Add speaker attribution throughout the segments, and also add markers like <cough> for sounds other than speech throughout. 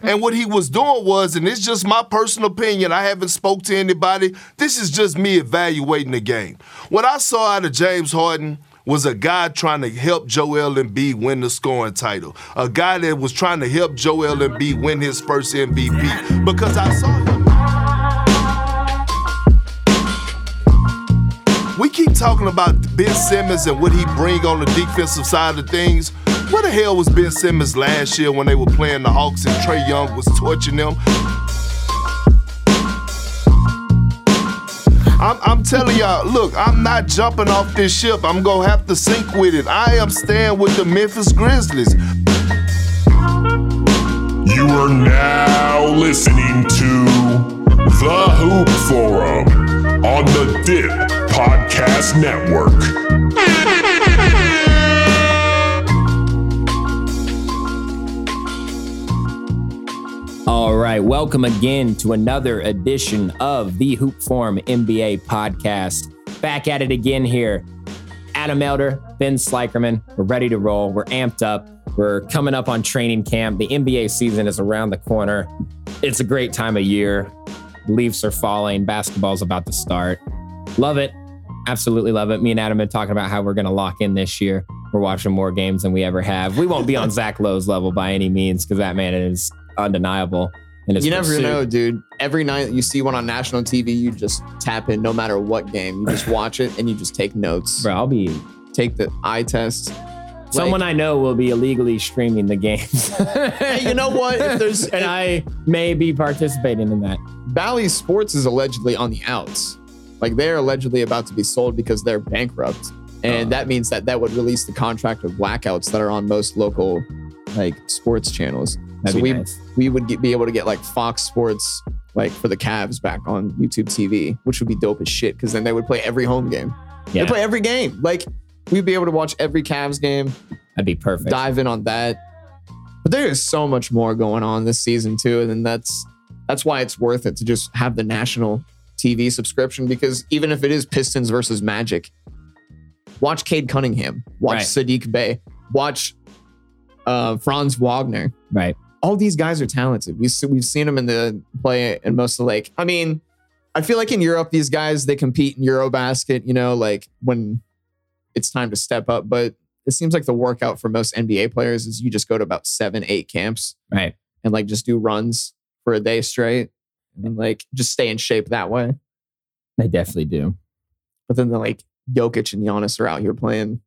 Speaker 1: And what he was doing was, and it's just my personal opinion. I haven't spoke to anybody. This is just me evaluating the game. What I saw out of James Harden was a guy trying to help Joel Embiid win the scoring title. A guy that was trying to help Joel Embiid win his first MVP because I saw him. We keep talking about Ben Simmons and what he bring on the defensive side of things. Where the hell was Ben Simmons last year when they were playing the Hawks and Trey Young was torching them? I'm, I'm telling y'all, look, I'm not jumping off this ship. I'm gonna have to sink with it. I am staying with the Memphis Grizzlies.
Speaker 2: You are now listening to The Hoop Forum on the Dip Podcast Network.
Speaker 3: All right, welcome again to another edition of the Hoop Form NBA podcast. Back at it again here. Adam Elder, Ben Slikerman, we're ready to roll. We're amped up. We're coming up on training camp. The NBA season is around the corner. It's a great time of year. Leaves are falling. Basketball's about to start. Love it. Absolutely love it. Me and Adam have been talking about how we're going to lock in this year. We're watching more games than we ever have. We won't be
Speaker 4: <laughs>
Speaker 3: on Zach Lowe's level by any means because that man is undeniable. And
Speaker 4: You never know, dude. Every night you see one on national TV, you just tap in no matter what game. You
Speaker 3: <laughs>
Speaker 4: just watch it and you just take notes.
Speaker 3: Bro, I'll be.
Speaker 4: Take the eye test.
Speaker 3: Someone I know will be illegally streaming the games. <laughs>
Speaker 4: Hey, you know what? If there's
Speaker 3: and I may be participating in that.
Speaker 4: Bally Sports is allegedly on the outs. Like they're allegedly about to be sold because they're bankrupt. And
Speaker 3: Uh.
Speaker 4: that means that that would release the contract of blackouts that are on most local like sports channels.
Speaker 3: That'd
Speaker 4: so
Speaker 3: be
Speaker 4: we
Speaker 3: nice.
Speaker 4: we would get, be able to get like Fox Sports like for the Cavs back on YouTube TV, which would be dope as shit because then they would play every home game.
Speaker 3: Yeah.
Speaker 4: They play every game. Like we'd be able to watch every Cavs game,
Speaker 3: That'd be perfect.
Speaker 4: dive in on that. But there is so much more going on this season too, and that's that's why it's worth it to just have the national TV subscription because even if it is Pistons versus Magic, watch Cade Cunningham, watch
Speaker 3: Right.
Speaker 4: Sadiq Bey, watch uh, Franz Wagner
Speaker 3: Right.
Speaker 4: all these guys are talented. We see, we've seen them in the play in most of the like. I mean, I feel like in Europe, these guys they compete in EuroBasket. You know, like when it's time to step up. But it seems like the workout for most NBA players is you just go to about seven, eight camps
Speaker 3: Right.
Speaker 4: and like just do runs for a day straight and like just stay in shape that way.
Speaker 3: They definitely do.
Speaker 4: But then the like Jokic and Giannis are out here playing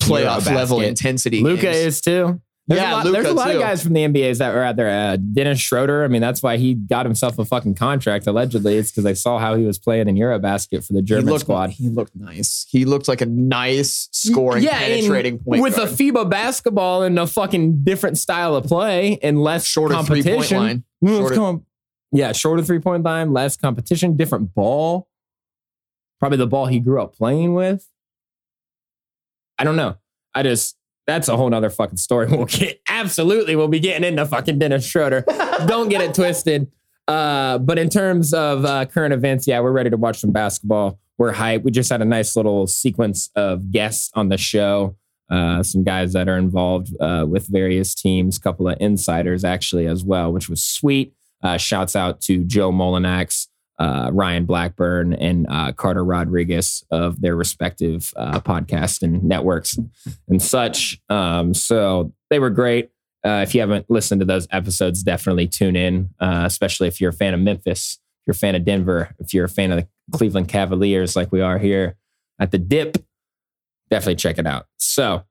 Speaker 4: playoff
Speaker 3: Eurobasket.
Speaker 4: level intensity.
Speaker 3: Luca
Speaker 4: games.
Speaker 3: is too. There's
Speaker 4: Yeah,
Speaker 3: a lot,
Speaker 4: Luka
Speaker 3: there's a lot
Speaker 4: too.
Speaker 3: of guys from the NBAs that were out there. Uh, Dennis Schroeder. I mean, that's why he got himself a fucking contract. Allegedly, it's because they saw how he was playing in Eurobasket for the German
Speaker 4: he looked,
Speaker 3: squad.
Speaker 4: He looked nice. He looked like a nice scoring,
Speaker 3: Yeah, and
Speaker 4: penetrating point
Speaker 3: with
Speaker 4: guard.
Speaker 3: a FIBA basketball and a fucking different style of play and less
Speaker 4: shorter three
Speaker 3: competition.
Speaker 4: point line.
Speaker 3: Well,
Speaker 4: Shorter-
Speaker 3: it's com- yeah, shorter three point line, less competition, different ball. Probably the ball he grew up playing with. I don't know. I just that's a whole nother fucking story. <laughs> We'll get absolutely we'll be getting into fucking Dennis Schroeder. don't get it twisted. Uh, but in terms of uh, current events, yeah, we're ready to watch some basketball. We're hyped. We just had a nice little sequence of guests on the show. Uh, some guys that are involved uh, with various teams, couple of insiders actually as well, which was sweet. Uh, shouts out to Joe Molinax, uh, Ryan Blackburn, and uh, Carter Rodriguez of their respective uh, podcast and networks and such. Um, so they were great. Uh, if you haven't listened to those episodes, definitely tune in, uh, especially if you're a fan of Memphis, if you're a fan of Denver, if you're a fan of the Cleveland Cavaliers, like we are here at the Dip. Definitely check it out. So,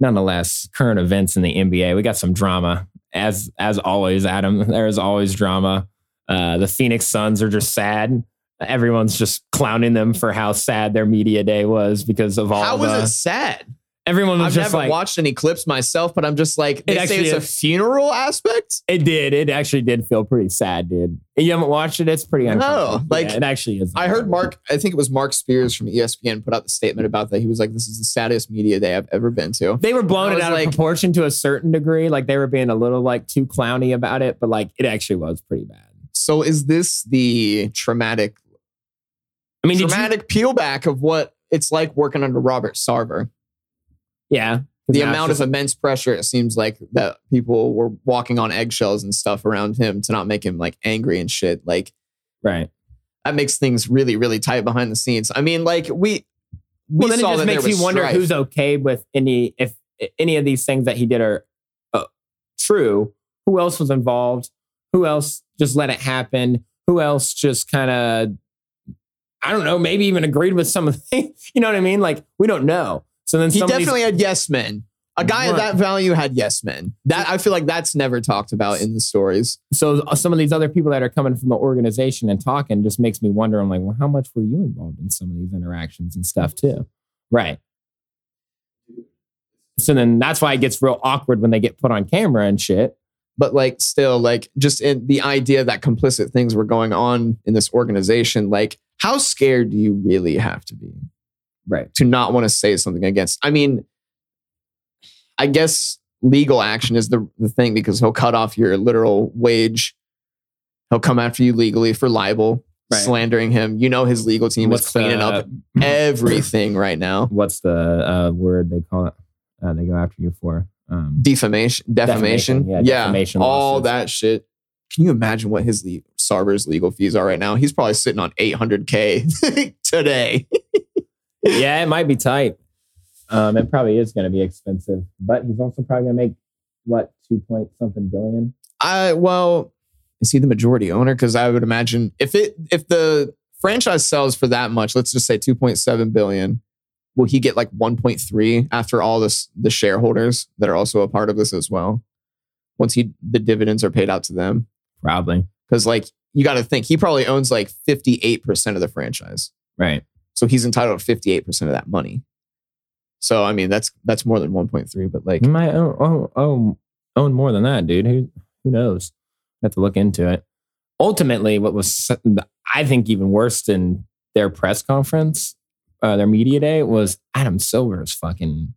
Speaker 3: nonetheless, current events in the NBA, we got some drama. As as always, Adam, <laughs> there is always drama. Uh, the Phoenix Suns are just sad. Everyone's just clowning them for how sad their media day was because of all.
Speaker 4: How
Speaker 3: the,
Speaker 4: was it sad?
Speaker 3: Everyone was
Speaker 4: I've
Speaker 3: just
Speaker 4: never
Speaker 3: like,
Speaker 4: watched any clips myself, but I'm just like, they say
Speaker 3: actually
Speaker 4: it's a
Speaker 3: is.
Speaker 4: funeral aspect.
Speaker 3: it did. It actually did feel pretty sad, dude. You haven't watched it? It's pretty
Speaker 4: No,
Speaker 3: uncomfortable.
Speaker 4: like,
Speaker 3: Yeah, it actually is.
Speaker 4: I heard Mark, I think it was Mark Spears from E ESPN put out the statement about that. He was like, this is the saddest media day I've ever been to.
Speaker 3: They were blown
Speaker 4: I
Speaker 3: it
Speaker 4: was
Speaker 3: out
Speaker 4: like-
Speaker 3: of proportion to a certain degree. Like they were being a little like too clowny about it, but like it actually was pretty bad.
Speaker 4: So is this the traumatic,
Speaker 3: I mean, did you-
Speaker 4: traumatic peel back of what it's like working under Robert Sarver?
Speaker 3: yeah,
Speaker 4: the
Speaker 3: Nah,
Speaker 4: amount
Speaker 3: it's
Speaker 4: of immense pressure it seems like that people were walking on eggshells and stuff around him to not make him like angry and shit like
Speaker 3: right.
Speaker 4: that makes things really really tight behind the scenes i mean like we we
Speaker 3: Well, then it
Speaker 4: saw
Speaker 3: just
Speaker 4: that there
Speaker 3: makes you
Speaker 4: was
Speaker 3: wonder
Speaker 4: strife.
Speaker 3: who's okay with any if any of these things that he did are uh, true. Who else was involved? Who else just let it happen? Who else just kind of I don't know, maybe even agreed with some of the things. <laughs> You know what I mean? Like we don't know. So then
Speaker 4: he
Speaker 3: somebody's-
Speaker 4: definitely had yes men a guy of
Speaker 3: Right.
Speaker 4: that value had yes men that i feel like that's never talked about in the stories
Speaker 3: so uh, some of these other people that are coming from the organization and talking just makes me wonder. I'm like, well, how much were you involved in some of these interactions and stuff too? Right. So then that's why it gets real awkward when they get put on camera and shit.
Speaker 4: but like still like just in the idea that complicit things were going on in this organization like how scared do you really have to be
Speaker 3: Right.
Speaker 4: to not want to say something against. I mean, I guess legal action is the, the thing because he'll cut off your literal wage. He'll come after you legally for libel,
Speaker 3: Right.
Speaker 4: slandering him. You know his legal team is cleaning
Speaker 3: <clears throat>
Speaker 4: up everything right now.
Speaker 3: uh, What's the uh, word they call it? Uh, they go after you for um,
Speaker 4: Defamation, defamation,
Speaker 3: Defamation, yeah, defamation
Speaker 4: all
Speaker 3: lawsuits.
Speaker 4: that shit. Can you imagine what his le- Sarver's legal fees are right now? He's probably sitting on 800k <laughs> today.
Speaker 3: yeah, it might be tight. Um, it probably is going to be expensive, but he's also probably going to make what two point something billion.
Speaker 4: I well, is he the majority owner? Because I would imagine if it if the franchise sells for that much, let's just say two point seven billion, will he get like one point three after all this the shareholders that are also a part of this as well? Once he the dividends are paid out to them,
Speaker 3: Probably
Speaker 4: because like you got to think he probably owns like fifty eight percent of the franchise,
Speaker 3: right.
Speaker 4: so he's entitled to fifty eight percent of that money. So I mean that's that's more than one point three, but like
Speaker 3: You might own, own, own, own more than that, dude. Who who knows? Have to look into it. Ultimately, what was I think even worse than their press conference, uh, their media day was Adam Silver's fucking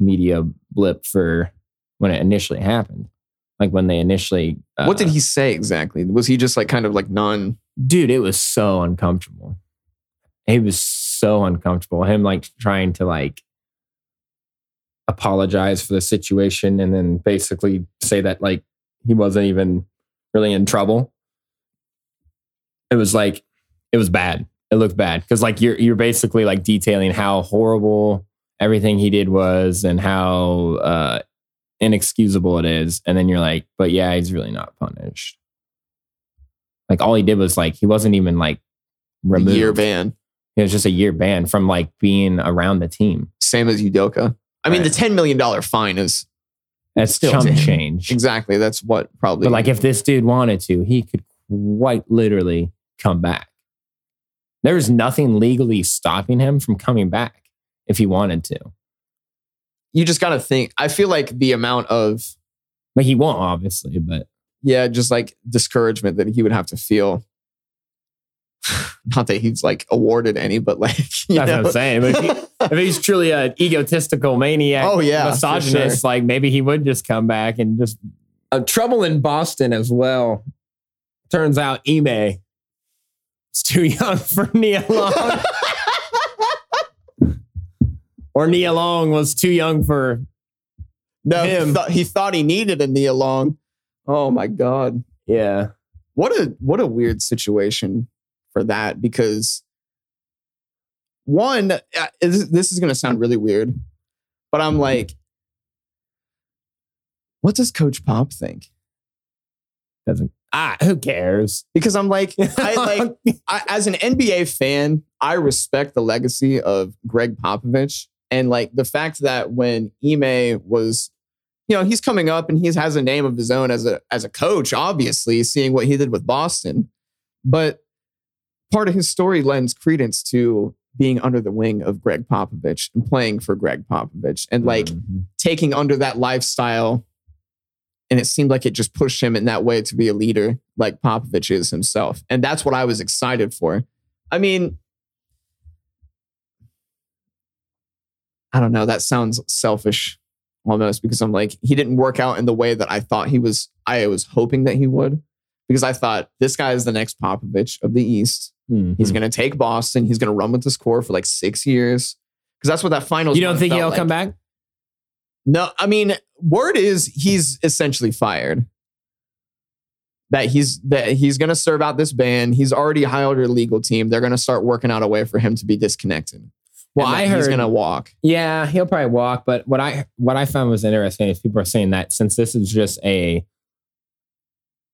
Speaker 3: media blip for when it initially happened. Like when they initially, uh,
Speaker 4: what did he say exactly? Was he just like kind of like non?
Speaker 3: dude? It was so uncomfortable. He was so uncomfortable. Him like trying to like apologize for the situation and then basically say that like he wasn't even really in trouble. It was like it was bad. It looked bad because like you're you're basically like detailing how horrible everything he did was and how uh, inexcusable it is, and then you're like, but yeah, he's really not punished. Like all he did was like he wasn't even like removed.
Speaker 4: year ban.
Speaker 3: It was just a year ban from like being around the team.
Speaker 4: same as Udoka. I mean,
Speaker 3: Right.
Speaker 4: the ten million dollar fine is
Speaker 3: That's
Speaker 4: Still
Speaker 3: chump
Speaker 4: damn.
Speaker 3: change.
Speaker 4: exactly that's what probably.
Speaker 3: But like, if this dude wanted to, he could quite literally come back. There is nothing legally stopping him from coming back if he wanted to,
Speaker 4: you just got to think, I feel like the amount of
Speaker 3: but he won't, obviously. But
Speaker 4: yeah, just like discouragement that he would have to feel. <sighs> Not that he's like awarded any, but like <laughs> you
Speaker 3: that's what
Speaker 4: know.
Speaker 3: I'm saying. But if,
Speaker 4: <laughs>
Speaker 3: he- if he's truly an egotistical maniac,
Speaker 4: oh yeah, for
Speaker 3: misogynist,
Speaker 4: sure.
Speaker 3: like maybe he would just come back and just uh, trouble in Boston as well. Turns out Ime is too young <laughs> for Nia <laughs> Long, or Nia Long was too young for
Speaker 4: No, he
Speaker 3: Him.
Speaker 4: thought- he thought he needed a knee along. Oh my god.
Speaker 3: yeah.
Speaker 4: what a what a weird situation for that because one uh, is- this is going to sound really weird but i'm like what does coach pop think
Speaker 3: Doesn't ah? Who cares?
Speaker 4: because i'm like i
Speaker 3: <laughs>
Speaker 4: like I, as an nba fan i respect the legacy of greg popovich and like the fact that when ime was you know he's coming up and he has a name of his own as a as a coach obviously seeing what he did with boston but part of his story lends credence to being under the wing of greg popovich and playing for greg popovich and like
Speaker 3: Mhm.
Speaker 4: taking under that lifestyle and it seemed like it just pushed him in that way to be a leader like Popovich is himself. And that's what I was excited for. I mean, I don't know. That sounds selfish almost because I'm like, he didn't work out in the way that I thought he was, I was hoping that he would. Because I thought this guy is the next Popovich of the East.
Speaker 3: Mhm.
Speaker 4: Hmm. He's going to take Boston. He's going to run with this core for like six years. Because that's what that final.
Speaker 3: you don't think he'll come back?
Speaker 4: No, I mean, word is he's essentially fired. That he's that he's gonna serve out this ban. He's already hired a legal team. They're gonna start working out a way for him to be disconnected.
Speaker 3: Well,
Speaker 4: And
Speaker 3: I
Speaker 4: that he's
Speaker 3: heard-
Speaker 4: gonna walk.
Speaker 3: Yeah, he'll probably walk. But what I what I found was interesting is people are saying that since this is just a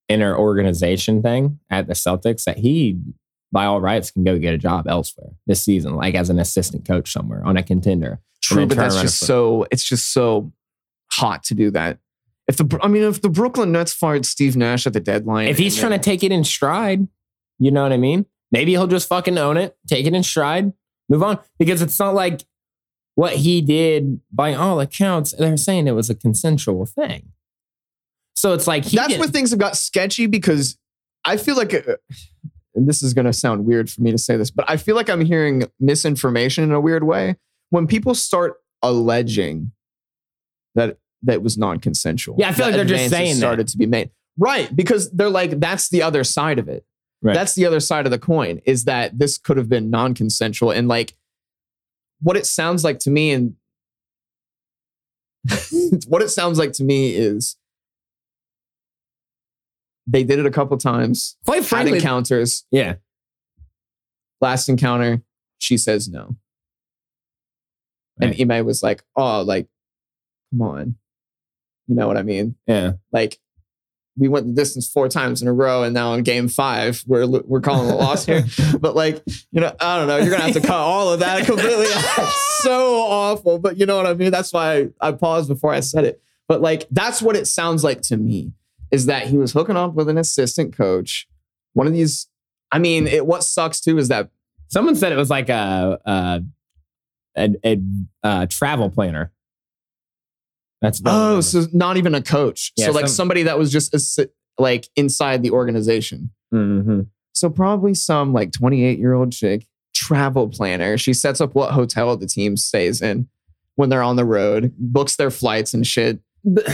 Speaker 3: inner organization thing at the Celtics, that he by all rights can go get a job elsewhere this season, like as an assistant coach somewhere on a contender.
Speaker 4: True,
Speaker 3: then
Speaker 4: but
Speaker 3: turn
Speaker 4: that's
Speaker 3: around
Speaker 4: just
Speaker 3: and flip.
Speaker 4: so it's just so hot to do that. If the I mean, if the Brooklyn Nets fired Steve Nash at the deadline,
Speaker 3: If he's
Speaker 4: and
Speaker 3: trying
Speaker 4: then-
Speaker 3: to take it in stride, you know what I mean? Maybe he'll just fucking own it, take it in stride, move on. Because it's not like what he did by all accounts, they're saying it was a consensual thing. So it's like he
Speaker 4: that's
Speaker 3: didn't-
Speaker 4: where things have got sketchy because I feel like, uh, and this is going to sound weird for me to say this, but I feel like I'm hearing misinformation in a weird way when people start alleging that that was non-consensual.
Speaker 3: Yeah, I feel
Speaker 4: that
Speaker 3: like they're just
Speaker 4: advances
Speaker 3: saying that.
Speaker 4: started to be made right because they're like that's the other side of it.
Speaker 3: Right.
Speaker 4: That's the other side of the coin is that this could have been non-consensual and like what it sounds like to me and <laughs> what it sounds like to me is they did it a couple times.
Speaker 3: quite
Speaker 4: Had
Speaker 3: frankly,
Speaker 4: encounters.
Speaker 3: yeah.
Speaker 4: Last encounter, she says no.
Speaker 3: Right.
Speaker 4: And Ime was like, oh, like, come on. You know what I mean?
Speaker 3: Yeah.
Speaker 4: Like, we went the distance four times in a row, and now in game five, we're we're calling a
Speaker 3: <laughs>
Speaker 4: loss here. But like, you know, I don't know. You're gonna have to cut all of that completely. out. so awful. But you know what I mean. That's why I, I paused before I said it. But like, that's what it sounds like to me is that he was hooking up with an assistant coach. One of these. I mean, it, what sucks too is that
Speaker 3: Someone said it was like a a a, a, a travel planner. That's what I
Speaker 4: oh,
Speaker 3: remember.
Speaker 4: so not even a coach.
Speaker 3: Yeah,
Speaker 4: so like
Speaker 3: some-
Speaker 4: somebody that was just assi- like inside the organization.
Speaker 3: Mhm.
Speaker 4: So probably some like 28 year old chick travel planner. She sets up what hotel the team stays in when they're on the road, books their flights and shit.
Speaker 3: The-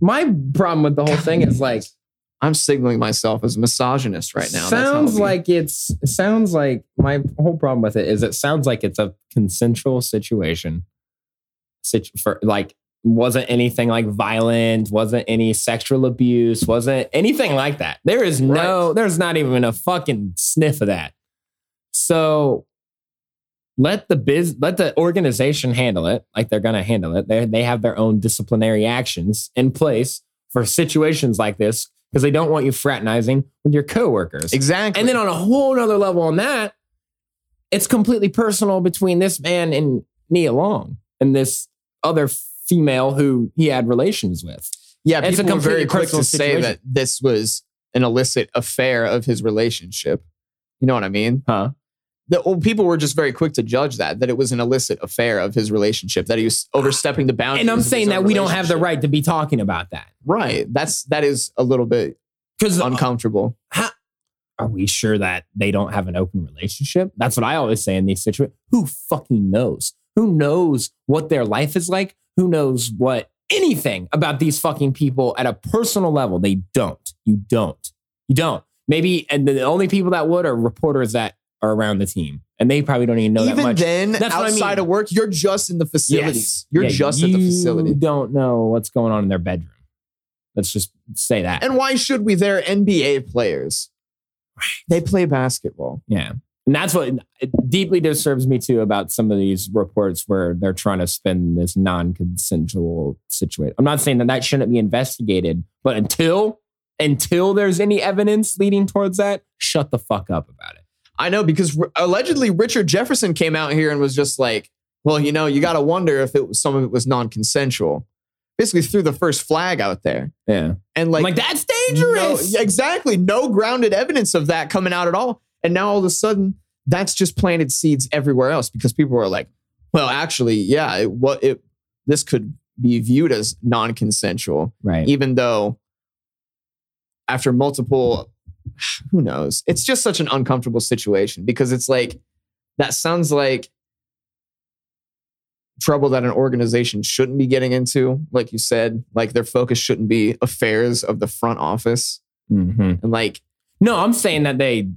Speaker 3: my problem with the whole thing is like
Speaker 4: I'm signaling myself as a misogynist <clears throat> right now. That's how
Speaker 3: Sounds
Speaker 4: I'm-
Speaker 3: like it's sounds like my whole problem with it is it sounds like it's a consensual situation. Situ- for like wasn't anything like violent, wasn't any sexual abuse, wasn't anything like that. There is no,
Speaker 4: Right.
Speaker 3: there's not even a fucking sniff of that. So let the biz, let the organization handle it like they're gonna handle it. They they have their own disciplinary actions in place for situations like this because they don't want you fraternizing with your coworkers.
Speaker 4: exactly.
Speaker 3: And then on a whole nother level on that, it's completely personal between this man and Nia Long and this other female who he had relations with.
Speaker 4: yeah,
Speaker 3: it's a
Speaker 4: people were very
Speaker 3: completely
Speaker 4: quick to
Speaker 3: personal
Speaker 4: say
Speaker 3: situation.
Speaker 4: that this was an illicit affair of his relationship. You know what I mean?
Speaker 3: Huh.
Speaker 4: The, well, people were just very quick to judge that that it was an illicit affair of his relationship that he was overstepping the boundaries.
Speaker 3: And I'm
Speaker 4: of his
Speaker 3: saying
Speaker 4: own
Speaker 3: that we don't have the
Speaker 4: relationship.
Speaker 3: right to be talking about that.
Speaker 4: Right. That's that is a little bit
Speaker 3: Because
Speaker 4: uncomfortable.
Speaker 3: are we sure that they don't have an open relationship? That's what I always say in these situations. Who fucking knows? Who knows what their life is like? Who knows what anything about these fucking people at a personal level? They don't. You don't. You don't. Maybe, and the only people that would are reporters that are around the team, and they probably don't even know that
Speaker 4: Even
Speaker 3: much.
Speaker 4: then,
Speaker 3: That's what I
Speaker 4: outside
Speaker 3: mean.
Speaker 4: of work, you're just in the facilities.
Speaker 3: Yes.
Speaker 4: You're
Speaker 3: Yeah,
Speaker 4: just at the
Speaker 3: you
Speaker 4: facility.
Speaker 3: Don't know what's going on in their bedroom. Let's just say that.
Speaker 4: And why should we? They're NBA players. They play basketball.
Speaker 3: Yeah. And that's what it deeply disturbs me too about some of these reports where they're trying to spin this non consensual situation. I'm not saying that that shouldn't be investigated, but until until there's any evidence leading towards that, shut the fuck up about it.
Speaker 4: I know because r- allegedly Richard Jefferson came out here and was just like, well, you know, you got to wonder if it was, some of it was non consensual. Basically, threw the first flag out there.
Speaker 3: Yeah.
Speaker 4: And
Speaker 3: Like,
Speaker 4: like,
Speaker 3: like that's
Speaker 4: no,
Speaker 3: dangerous.
Speaker 4: yeah, exactly. No grounded evidence of that coming out at all. And now all of a sudden, that's just planted seeds everywhere else because people are like, well, actually, yeah, it, what it this could be viewed as non-consensual,
Speaker 3: Right.
Speaker 4: even though after multiple, who knows? It's just such an uncomfortable situation because it's like that sounds like trouble that an organization shouldn't be getting into. Like you said, like their focus shouldn't be affairs of the front office
Speaker 3: hmm
Speaker 4: and like
Speaker 3: No, I'm saying that they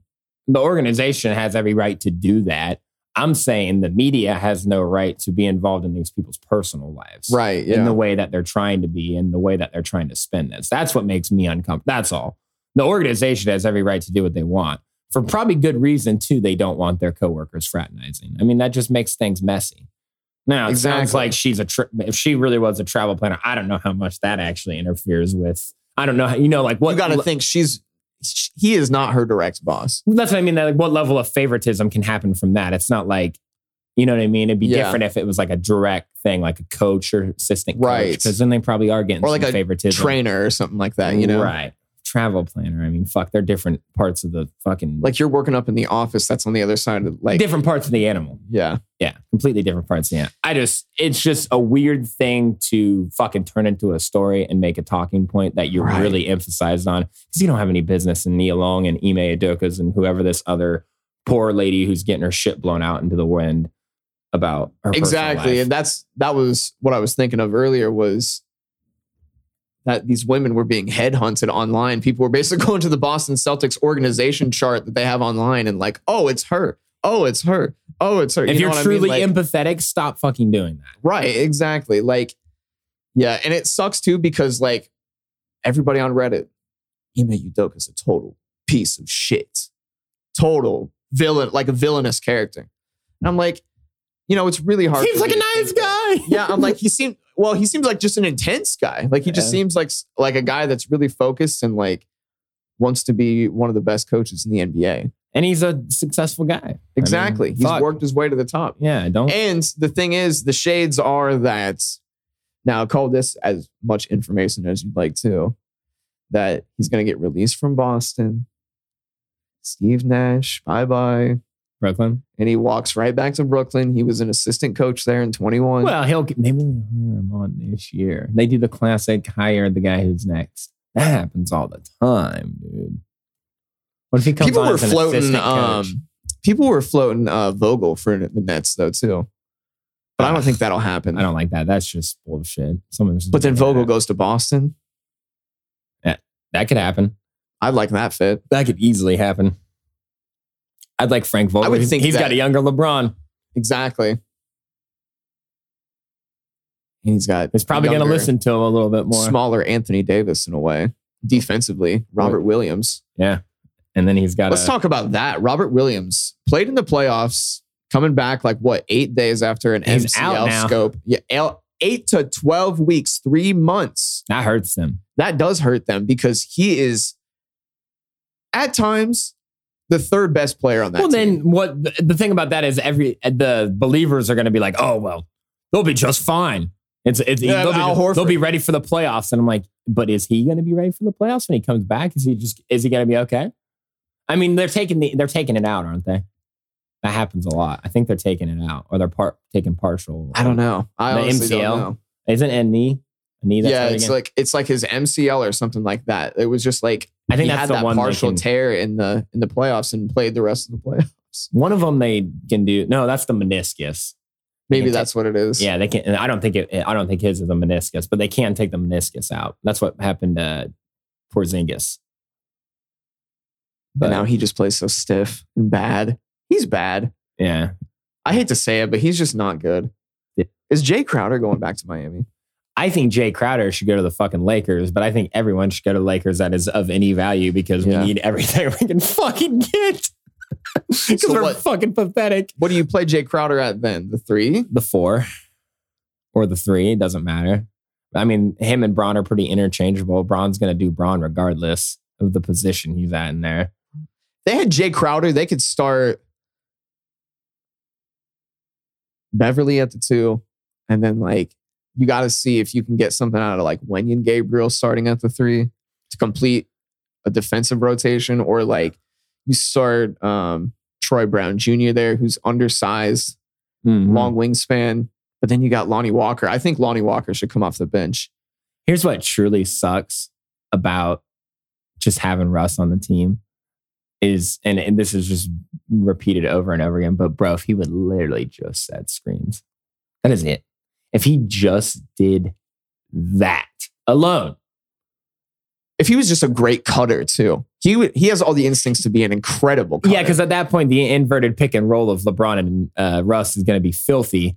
Speaker 3: the organization has every right to do that. I'm saying the media has no right to be involved in these people's personal lives.
Speaker 4: Right.
Speaker 3: in
Speaker 4: Yeah.
Speaker 3: the way that they're trying to be and the way that they're trying to spin this. That's what makes me uncomfortable. That's all. The organization has every right to do what they want for probably good reason too. They don't want their coworkers fraternizing. I mean, that just makes things messy. Now it sounds
Speaker 4: Exactly.
Speaker 3: like she's a tri- if she really was a travel planner. I don't know how much that actually interferes with. I don't know how you know like what
Speaker 4: you got to
Speaker 3: le-
Speaker 4: think she's sh- he is not her direct boss.
Speaker 3: Well, that's what I mean. Like, what level of favoritism can happen from that? It's not like, you know what I mean. It'd be
Speaker 4: Yeah.
Speaker 3: different if it was like a direct thing, like a coach or assistant coach,
Speaker 4: Right.
Speaker 3: Because then they probably are getting
Speaker 4: Or like
Speaker 3: some
Speaker 4: a
Speaker 3: favoritism.
Speaker 4: Trainer or something like that, you know.
Speaker 3: right? Travel planner. I mean, fuck, they're different parts of the fucking
Speaker 4: Like you're working up in the office that's on the other side of like
Speaker 3: different parts of the animal.
Speaker 4: yeah.
Speaker 3: Yeah, completely different parts. Yeah, I just it's just a weird thing to fucking turn into a story and make a talking point that you're
Speaker 4: Right.
Speaker 3: really emphasized on because you don't have any business in Nia Long and Ime Adokas and whoever this other poor lady who's getting her shit blown out into the wind about her personal
Speaker 4: Exactly.
Speaker 3: life.
Speaker 4: And that's that was what I was thinking of earlier was that these women were being headhunted online. People were basically <laughs> going to the Boston Celtics organization chart that they have online and like, "Oh, it's her. Oh, it's her. Oh, it's her."
Speaker 3: If
Speaker 4: you
Speaker 3: you
Speaker 4: know
Speaker 3: are
Speaker 4: what I mean?
Speaker 3: truly
Speaker 4: Like-
Speaker 3: empathetic, stop fucking doing that.
Speaker 4: Right, exactly. Like, yeah, and it sucks too because like everybody on Reddit, Ime Udoka's a total piece of shit. Total villain, like a villainous character. And I'm like, you know, it's really hard.
Speaker 3: Seems
Speaker 4: for
Speaker 3: like
Speaker 4: me
Speaker 3: a
Speaker 4: to think
Speaker 3: nice
Speaker 4: that.
Speaker 3: guy.
Speaker 4: <laughs> Yeah, I'm like, he seemed well, he seems like just an intense guy. Like he just
Speaker 3: Yeah.
Speaker 4: seems like like a guy that's really focused and like wants to be one of the best coaches in the NBA.
Speaker 3: and he's a successful guy.
Speaker 4: Exactly. He's
Speaker 3: fuck.
Speaker 4: worked his way to the top.
Speaker 3: Yeah, don't.
Speaker 4: And the thing is, the shades are that now call this as much information as you'd like to. That he's gonna get released from Boston. Steve Nash, bye bye.
Speaker 3: Brooklyn.
Speaker 4: And he walks right back to Brooklyn. He was an assistant coach there in 21.
Speaker 3: Well, he'll maybe they'll hire him on this year. They do the classic hire the guy who's next. That happens all the time, dude. What if he comes
Speaker 4: people
Speaker 3: on
Speaker 4: were
Speaker 3: as an
Speaker 4: floating
Speaker 3: assistant coach?
Speaker 4: um, people were floating uh, Vogel for the Nets though too. But I don't think that'll happen.
Speaker 3: Ah, I don't like that. That's just bullshit. Someone's just
Speaker 4: But then
Speaker 3: gonna do
Speaker 4: Vogel
Speaker 3: that.
Speaker 4: goes to Boston.
Speaker 3: That could happen.
Speaker 4: I'd like that fit.
Speaker 3: That could easily happen. I'd like Frank Vogel.
Speaker 4: I would
Speaker 3: He's-
Speaker 4: think
Speaker 3: he's
Speaker 4: that-
Speaker 3: got a younger LeBron.
Speaker 4: Exactly. And he's got
Speaker 3: He's probably going to
Speaker 4: younger,
Speaker 3: listen to him a little bit more.
Speaker 4: smaller Anthony Davis in a way. Defensively, Robert Williams.
Speaker 3: Yeah, and then he's got.
Speaker 4: Let's
Speaker 3: a,
Speaker 4: talk about that. Robert Williams played in the playoffs, coming back like what eight days after an
Speaker 3: He's out now.
Speaker 4: MCL scope. Yeah, L- eight to twelve weeks, three months.
Speaker 3: That hurts them.
Speaker 4: that does hurt them because he is at times the third best player on that
Speaker 3: well,
Speaker 4: team.
Speaker 3: then what? The, the thing about that is every the believers are going to be like, oh well, they'll be just fine. It's it's
Speaker 4: Yeah,
Speaker 3: they'll,
Speaker 4: Al
Speaker 3: be,
Speaker 4: Horford.
Speaker 3: they'll be ready for the playoffs, and I'm like, but is he going to be ready for the playoffs when he comes back? Is he just is he going to be okay? I mean, they're taking the they're taking it out, aren't they? That happens a lot. I think they're taking it out, or they're part taking partial.
Speaker 4: I don't know. I
Speaker 3: The
Speaker 4: honestly
Speaker 3: MCL?
Speaker 4: don't know.
Speaker 3: Isn't it a knee? A knee? That's
Speaker 4: yeah,
Speaker 3: hurt
Speaker 4: it's
Speaker 3: again?
Speaker 4: like it's like his MCL or something like that. It was just like
Speaker 3: I think
Speaker 4: he
Speaker 3: that's
Speaker 4: had
Speaker 3: the
Speaker 4: that
Speaker 3: one they
Speaker 4: partial
Speaker 3: can-
Speaker 4: tear in the in the playoffs and played the rest of the playoffs.
Speaker 3: one of them they can do. No, that's the meniscus.
Speaker 4: <laughs> Maybe
Speaker 3: can take-
Speaker 4: that's what it is.
Speaker 3: Yeah, they can. And I don't think it. I don't think his is a meniscus, but they can take the meniscus out. That's what happened to Porzingis.
Speaker 4: But now he just plays so stiff and bad. He's bad.
Speaker 3: yeah,
Speaker 4: I hate to say it, but he's just not good.
Speaker 3: Yeah.
Speaker 4: Is Jay Crowder going back to Miami?
Speaker 3: I think Jay Crowder should go to the fucking Lakers, but I think everyone should go to Lakers that is of any value because
Speaker 4: Yeah.
Speaker 3: we need everything <laughs> we can fucking get because
Speaker 4: So
Speaker 3: we're
Speaker 4: what-
Speaker 3: fucking pathetic.
Speaker 4: What do you play Jay Crowder at then? The three?
Speaker 3: The four or the three, it doesn't matter. I mean, him and Braun are pretty interchangeable. Braun's gonna do Braun regardless of the position he's at in there.
Speaker 4: they had Jay Crowder, they could start Beverly at the two, and then like you got to see if you can get something out of like Wenyon Gabriel starting at the three to complete a defensive rotation, or like you start um, Troy Brown Jr. there, who's undersized,
Speaker 3: Mm-hmm.
Speaker 4: long wingspan, but then you got Lonnie Walker. I think Lonnie Walker should come off the bench.
Speaker 3: here's what truly sucks about just having Russ on the team is, and, and this is just repeated over and over again, but bro, if he would literally just set screens, that is it. If he just did that alone,
Speaker 4: if he was just a great cutter too, he would, he has all the instincts to be an incredible. Cutter.
Speaker 3: Yeah, because at that point, the inverted pick and roll of LeBron and uh, Russ is going to be filthy.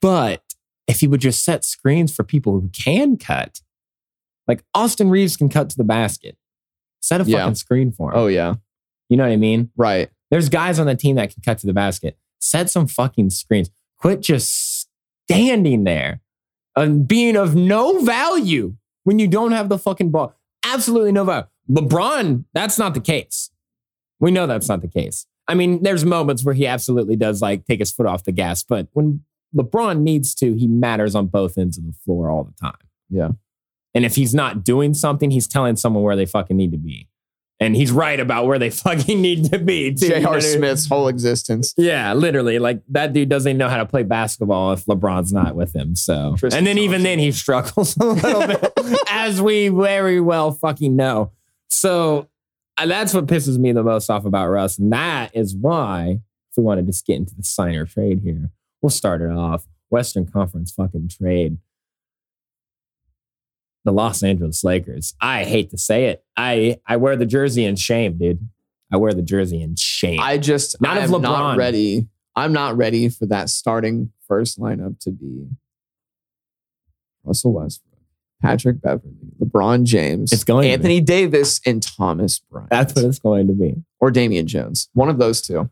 Speaker 3: But if he would just set screens for people who can cut, like Austin Reeves can cut to the basket, set a fucking
Speaker 4: Yeah.
Speaker 3: screen for him.
Speaker 4: oh yeah,
Speaker 3: You know what I mean?
Speaker 4: right.
Speaker 3: There's guys on the team that can cut to the basket. Set some fucking screens. Quit just standing there and being of no value when you don't have the fucking ball. Absolutely no value. LeBron, that's not the case. We know that's not the case. I mean, there's moments where he absolutely does like take his foot off the gas, but when LeBron needs to, he matters on both ends of the floor all the time.
Speaker 4: Yeah.
Speaker 3: And if he's not doing something, he's telling someone where they fucking need to be. And he's right about where they <laughs> fucking need to be. too. You know what I
Speaker 4: J.R.
Speaker 3: mean?
Speaker 4: Smith's whole existence.
Speaker 3: Yeah, literally. Like that dude doesn't even know how to play basketball if LeBron's not with him. So,
Speaker 4: Tristan
Speaker 3: and then even then he struggles <laughs> a little bit, as we very well fucking know. So, and that's what pisses me the most off about Russ. And that is why, if we want to just get into the sign or trade here, we'll start it off. Western Conference fucking trade. The Los Angeles Lakers. I hate to say it. I, I wear the jersey in shame, dude. I wear the jersey in shame.
Speaker 4: I just
Speaker 3: Not
Speaker 4: I
Speaker 3: of
Speaker 4: am
Speaker 3: LeBron.
Speaker 4: not ready. I'm not ready for that starting first lineup to be Russell Westbrook, Patrick Beverly, LeBron James,
Speaker 3: It's going to be.
Speaker 4: Anthony Davis, and Thomas Bryant,
Speaker 3: that's what it's going to be.
Speaker 4: or Damian Jones. One of those two.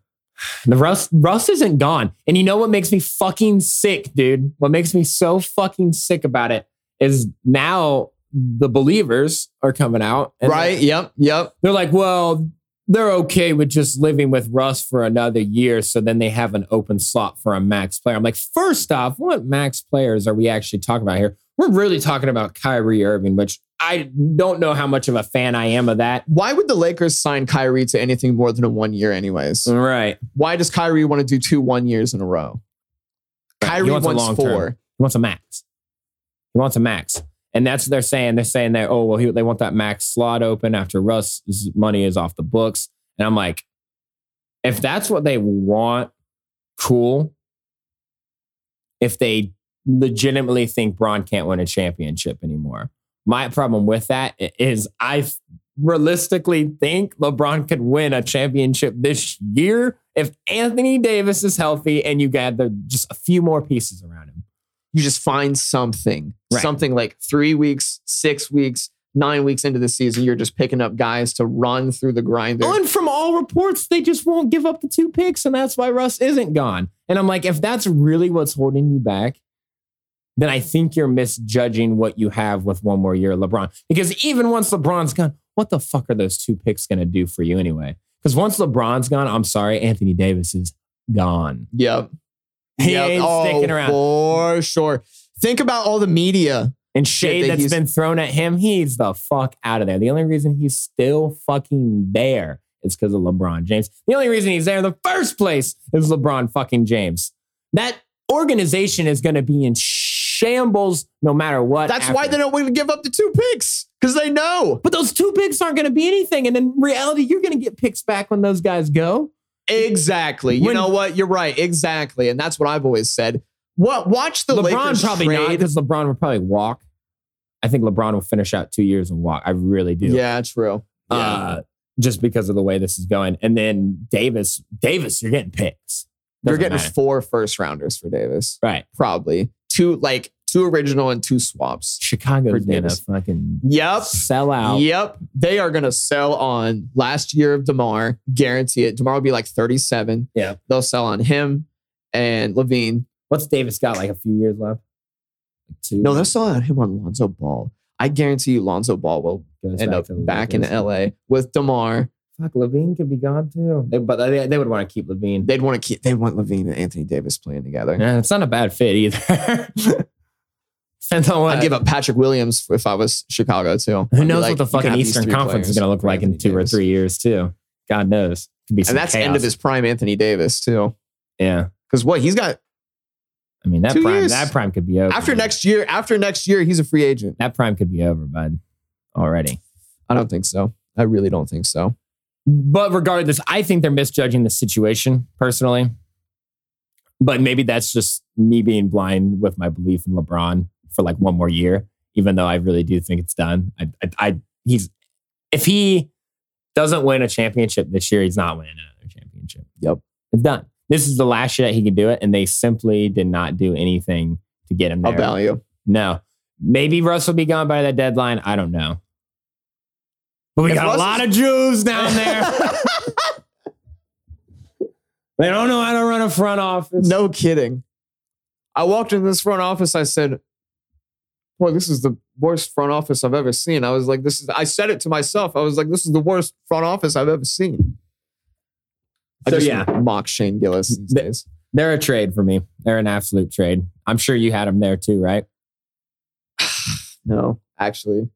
Speaker 3: The Russ Russ isn't gone. And you know what makes me fucking sick, dude? What makes me so fucking sick about it is now the believers are coming out. and
Speaker 4: right? Yep. Yep.
Speaker 3: They're like, well, they're okay with just living with Russ for another year. So then they have an open slot for a max player. I'm like, first off, what max players are we actually talking about here? We're really talking about Kyrie Irving, which I don't know how much of a fan I am of that.
Speaker 4: Why would the Lakers sign Kyrie to anything more than a one year, anyways?
Speaker 3: Right.
Speaker 4: Why does Kyrie want to do two one years in a row? Kyrie
Speaker 3: wants
Speaker 4: wants,
Speaker 3: a long term.
Speaker 4: four.
Speaker 3: He wants a max. He wants a max. And that's what they're saying. They're saying that, oh, well, he, they want that max slot open after Russ's money is off the books. And I'm like, if that's what they want, cool. If they legitimately think Braun can't win a championship anymore. My problem with that i- is I realistically think LeBron could win a championship this year if Anthony Davis is healthy and you gather just a few more pieces around him.
Speaker 4: You just find something,
Speaker 3: Right.
Speaker 4: something like three weeks, six weeks, nine weeks into the season. You're just picking up guys to run through the grinder.
Speaker 3: Oh, and from all reports, they just won't give up the two picks, and that's why Russ isn't gone. And I'm like, if that's really what's holding you back, then I think you're misjudging what you have with one more year of LeBron. Because even once LeBron's gone, what the fuck are those two picks going to do for you anyway? Because once LeBron's gone, I'm sorry, Anthony Davis is gone.
Speaker 4: Yep.
Speaker 3: He
Speaker 4: Yep.
Speaker 3: ain't
Speaker 4: Oh,
Speaker 3: sticking around.
Speaker 4: For sure. Think about all the media.
Speaker 3: And
Speaker 4: Shit
Speaker 3: shade
Speaker 4: that
Speaker 3: that's
Speaker 4: he's-
Speaker 3: been thrown at him, he's the fuck out of there. The only reason he's still fucking there is because of LeBron James. The only reason he's there in the first place is LeBron fucking James. That organization is going to be in shambles no matter what.
Speaker 4: That's why
Speaker 3: after.
Speaker 4: they don't want to give up the two picks because they know.
Speaker 3: But those two picks aren't going to be anything. And in reality, you're going to get picks back when those guys go.
Speaker 4: Exactly. You
Speaker 3: When-
Speaker 4: know what? You're right. Exactly. And that's what I've always said. What? Watch the
Speaker 3: LeBron
Speaker 4: Lakers
Speaker 3: probably not
Speaker 4: trade.
Speaker 3: because LeBron would probably walk. I think LeBron will finish out two years and walk. I really do.
Speaker 4: Yeah, true. Yeah.
Speaker 3: uh, just because of the way this is going. And then Davis, Davis, you're getting picks.
Speaker 4: You're
Speaker 3: Doesn't
Speaker 4: getting
Speaker 3: matter.
Speaker 4: four first rounders for Davis,
Speaker 3: right.
Speaker 4: probably two like two original and two swaps. For
Speaker 3: Chicago's gonna
Speaker 4: Davis.
Speaker 3: fucking
Speaker 4: Yep.
Speaker 3: sell out.
Speaker 4: Yep. They are gonna sell on last year of Demar. Guarantee it. Demar will be like 37.
Speaker 3: Yep.
Speaker 4: They'll sell on him and Levine.
Speaker 3: What's Davis got? Like a few years left. Two.
Speaker 4: No, they'll sell on him on Lonzo Ball. I guarantee you, Lonzo Ball will
Speaker 3: Goes
Speaker 4: end up
Speaker 3: to the
Speaker 4: back in
Speaker 3: Lakers.
Speaker 4: LA with Demar.
Speaker 3: Fuck, Levine could be gone too. They, but they, they would want to keep Levine.
Speaker 4: They'd want to keep. They want Levine and Anthony Davis playing together.
Speaker 3: yeah, it's not a bad fit either. <laughs> Depends on what.
Speaker 4: I'd give up Patrick Williams if I was Chicago too. I'd
Speaker 3: Who
Speaker 4: be
Speaker 3: knows what
Speaker 4: like,
Speaker 3: the
Speaker 4: you can
Speaker 3: fucking
Speaker 4: have these
Speaker 3: Eastern
Speaker 4: three
Speaker 3: Conference is
Speaker 4: players
Speaker 3: gonna look
Speaker 4: for
Speaker 3: like in
Speaker 4: Anthony
Speaker 3: two or
Speaker 4: Davis.
Speaker 3: three years too. God knows. Could be some
Speaker 4: and that's end of
Speaker 3: chaos.
Speaker 4: his prime, Anthony Davis too.
Speaker 3: Yeah.
Speaker 4: Because what he's got
Speaker 3: I mean that
Speaker 4: Two
Speaker 3: prime.
Speaker 4: years.
Speaker 3: That prime could be over
Speaker 4: after next year, after next year, he's a free agent.
Speaker 3: That prime could be over, bud. Already.
Speaker 4: I don't think so. I really don't think so.
Speaker 3: But regardless, I think they're misjudging the situation personally. But maybe that's just me being blind with my belief in LeBron for like one more year. even though I really do think it's done. I, I, I he's if he doesn't win a championship this year, he's not winning another championship. Yep, it's done. This is the last year that he could do it, and they simply did not do anything to get him
Speaker 4: I'll
Speaker 3: there.
Speaker 4: value.
Speaker 3: No, maybe Russ will be gone by that deadline. I don't know. But we
Speaker 4: If
Speaker 3: got
Speaker 4: Russ
Speaker 3: a lot of Jews down
Speaker 4: <laughs>
Speaker 3: there. they don't know how to run a front office.
Speaker 4: No kidding. I walked in this front office. I said, "Boy, this is the worst front office I've ever seen." I was like, "This is." I said it to myself. I was like, "This is the worst front office I've ever seen." I
Speaker 3: So,
Speaker 4: just
Speaker 3: yeah.
Speaker 4: mock Shane Gillis these
Speaker 3: The-
Speaker 4: days.
Speaker 3: They're a trade for me. They're an absolute trade. I'm sure you had them there too, right?
Speaker 4: No, actually,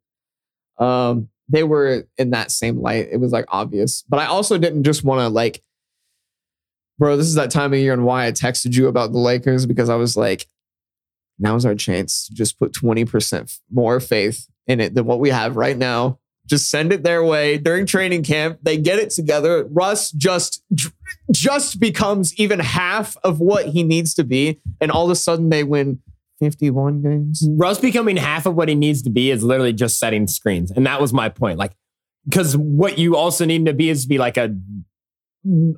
Speaker 4: um, they were in that same light. It was like obvious, but I also didn't just want to like, bro. This is that time of year, and why I texted you about the Lakers because I was like, now's our chance to just put twenty percent more faith in it than what we have right now. Just send it their way during training camp. They get it together. Russ just just becomes even half of what he needs to be, and all of a sudden they win fifty-one games.
Speaker 3: Russ becoming half of what he needs to be is literally just setting screens. And that was my point. Like, because what you also need to be is to be like a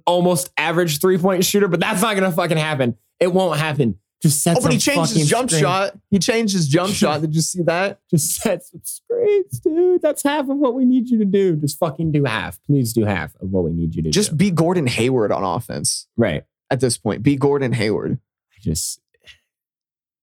Speaker 3: almost average three point shooter, but that's not going to fucking happen. It won't happen. Just set
Speaker 4: Oh, but he
Speaker 3: some
Speaker 4: changed
Speaker 3: fucking
Speaker 4: his jump
Speaker 3: screens.
Speaker 4: shot. He changed his jump shot. Did you
Speaker 3: <laughs>
Speaker 4: see that?
Speaker 3: Just set some screens, dude. That's half of what we need you to do. Just fucking do half. Please do half of what we need you to do.
Speaker 4: Just be Gordon Hayward on offense
Speaker 3: right.
Speaker 4: at this point. Be Gordon Hayward.
Speaker 3: I just,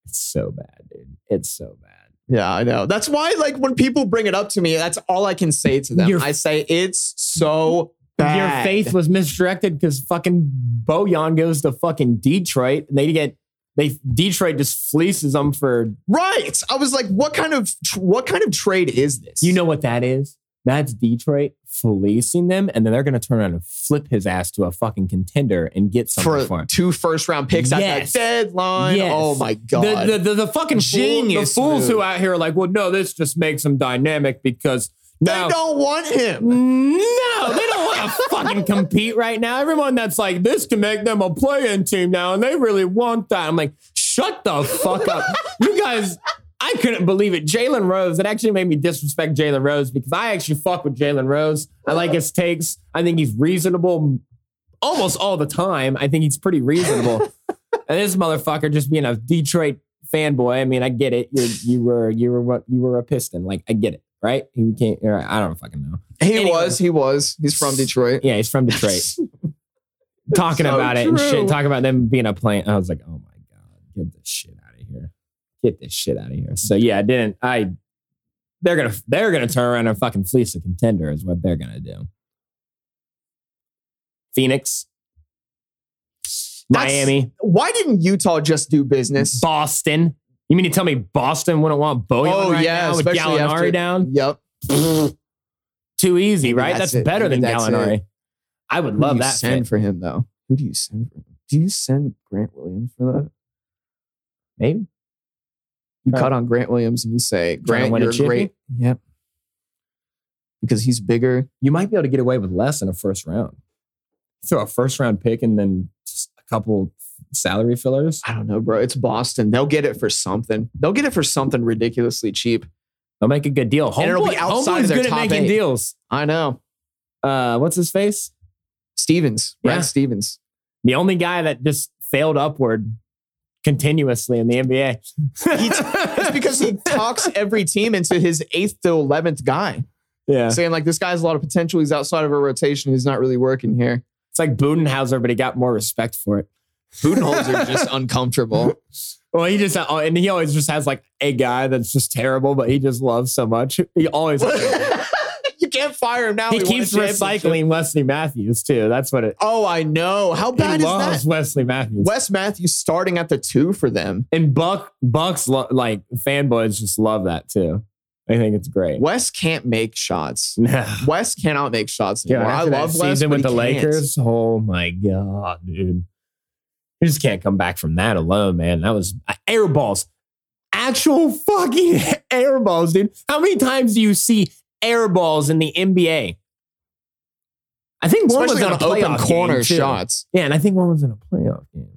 Speaker 3: it's so bad, dude. It's so bad.
Speaker 4: Yeah, I know. That's why, like, when people bring it up to me, that's all I can say to them.
Speaker 3: Your-
Speaker 4: I say it's so bad.
Speaker 3: Your faith was misdirected because fucking Bojan goes to fucking Detroit and they get they Detroit just fleeces them for
Speaker 4: right. I was like, what kind of what kind of trade is this?
Speaker 3: you know what that is? That's Detroit fleecing them, and then they're gonna turn around and flip his ass to a fucking contender and get something for,
Speaker 4: for
Speaker 3: him.
Speaker 4: two first round picks
Speaker 3: Yes.
Speaker 4: at that deadline.
Speaker 3: Yes.
Speaker 4: Oh my god.
Speaker 3: The, the, the, the fucking
Speaker 4: Genius
Speaker 3: fool, the fools who
Speaker 4: move.
Speaker 3: out here are like, well, no, this just makes them dynamic because now
Speaker 4: they don't want him.
Speaker 3: No, they don't want to fucking compete right now. Everyone that's like, this can make them a playing team now, and they really want that. I'm like, shut the fuck up. You guys, I couldn't believe it. Jalen Rose, it actually made me disrespect Jalen Rose because I actually fuck with Jalen Rose. I like his takes. I think he's reasonable almost all the time. I think he's pretty reasonable. and this motherfucker just being a Detroit fanboy. I mean, I get it. You're, you were you were what you were a piston. Like I get it, right? He can't. or I don't fucking know.
Speaker 4: He
Speaker 3: Anyway.
Speaker 4: was. He was. He's from Detroit.
Speaker 3: Yeah, he's from
Speaker 4: <laughs>
Speaker 3: Detroit. Talking
Speaker 4: So
Speaker 3: about it and shit.
Speaker 4: true.
Speaker 3: Talking about them being a plane. I was like, oh my god, get this shit out of here. Get this shit out of here. So yeah, I didn't. I they're gonna they're gonna turn around and fucking fleece a contender is what they're gonna do. Phoenix,
Speaker 4: That's-
Speaker 3: Miami,
Speaker 4: Why didn't Utah just do business?
Speaker 3: Boston. You mean to tell me Boston wouldn't want Bojan
Speaker 4: Oh,
Speaker 3: right
Speaker 4: yeah,
Speaker 3: now with
Speaker 4: especially
Speaker 3: Gallinari
Speaker 4: after-
Speaker 3: down?
Speaker 4: Yep.
Speaker 3: Too easy,
Speaker 4: Maybe
Speaker 3: right?
Speaker 4: that's
Speaker 3: That's,
Speaker 4: it.
Speaker 3: better
Speaker 4: Maybe
Speaker 3: than
Speaker 4: that's it.
Speaker 3: Gallinari. I would love
Speaker 4: Who do you
Speaker 3: that.
Speaker 4: Send
Speaker 3: fit.
Speaker 4: for him though. Who do you send for him? Do you send Grant Williams for that?
Speaker 3: Maybe.
Speaker 4: You
Speaker 3: Right.
Speaker 4: cut on Grant Williams and you say, Grant,
Speaker 3: win a
Speaker 4: you're
Speaker 3: chippy?
Speaker 4: great. Yep. Because he's bigger.
Speaker 3: you might be able to get away with less in a first round. Throw a first round pick and then just a couple salary fillers.
Speaker 4: I don't know, bro. It's Boston. They'll get it for something. They'll get it for something ridiculously cheap.
Speaker 3: They'll make a good deal.
Speaker 4: And it'll
Speaker 3: Homeboy,
Speaker 4: be outside
Speaker 3: Homeboy's
Speaker 4: their
Speaker 3: good at
Speaker 4: top
Speaker 3: making
Speaker 4: eight.
Speaker 3: deals.
Speaker 4: I know.
Speaker 3: Uh, what's his face?
Speaker 4: Stevens. Brad
Speaker 3: Yeah. <laughs>
Speaker 4: Stevens.
Speaker 3: The only guy that just failed upward continuously in the NBA.
Speaker 4: It's because he talks every team into his eighth to eleventh guy.
Speaker 3: yeah,
Speaker 4: Saying like this guy has a lot of potential. He's outside of a rotation. He's not really working
Speaker 3: <laughs>
Speaker 4: here.
Speaker 3: it's like Budenhauser, but he got more respect for it.
Speaker 4: Budenholzer
Speaker 3: <laughs>
Speaker 4: are just uncomfortable.
Speaker 3: Well, he just oh, and he always just has like a guy that's just terrible, but he just loves so much. He <laughs> always
Speaker 4: <laughs> you can't fire him now.
Speaker 3: he
Speaker 4: We won a
Speaker 3: keeps
Speaker 4: championship.
Speaker 3: recycling Wesley Matthews too. That's what it.
Speaker 4: Oh, I know. How bad
Speaker 3: he
Speaker 4: is
Speaker 3: loves
Speaker 4: that?
Speaker 3: Wesley Matthews.
Speaker 4: Wes Matthews starting at the two for them.
Speaker 3: And Buck Bucks lo- like fanboys just love that too. I think it's great.
Speaker 4: Wes can't make shots.
Speaker 3: <laughs> Yeah,
Speaker 4: Wes cannot make shots anymore. I
Speaker 3: after that
Speaker 4: love Wes.
Speaker 3: season with
Speaker 4: but
Speaker 3: the
Speaker 4: he can't.
Speaker 3: Lakers. Oh my god, dude! You just can't come back from that alone, man. That was uh, air balls, actual fucking <laughs> air balls, dude. How many times do you see air balls in the NBA? I think one
Speaker 4: Especially
Speaker 3: was in
Speaker 4: on
Speaker 3: a playoff
Speaker 4: open corner
Speaker 3: game, too.
Speaker 4: shots.
Speaker 3: Yeah, and I think one was in a playoff game.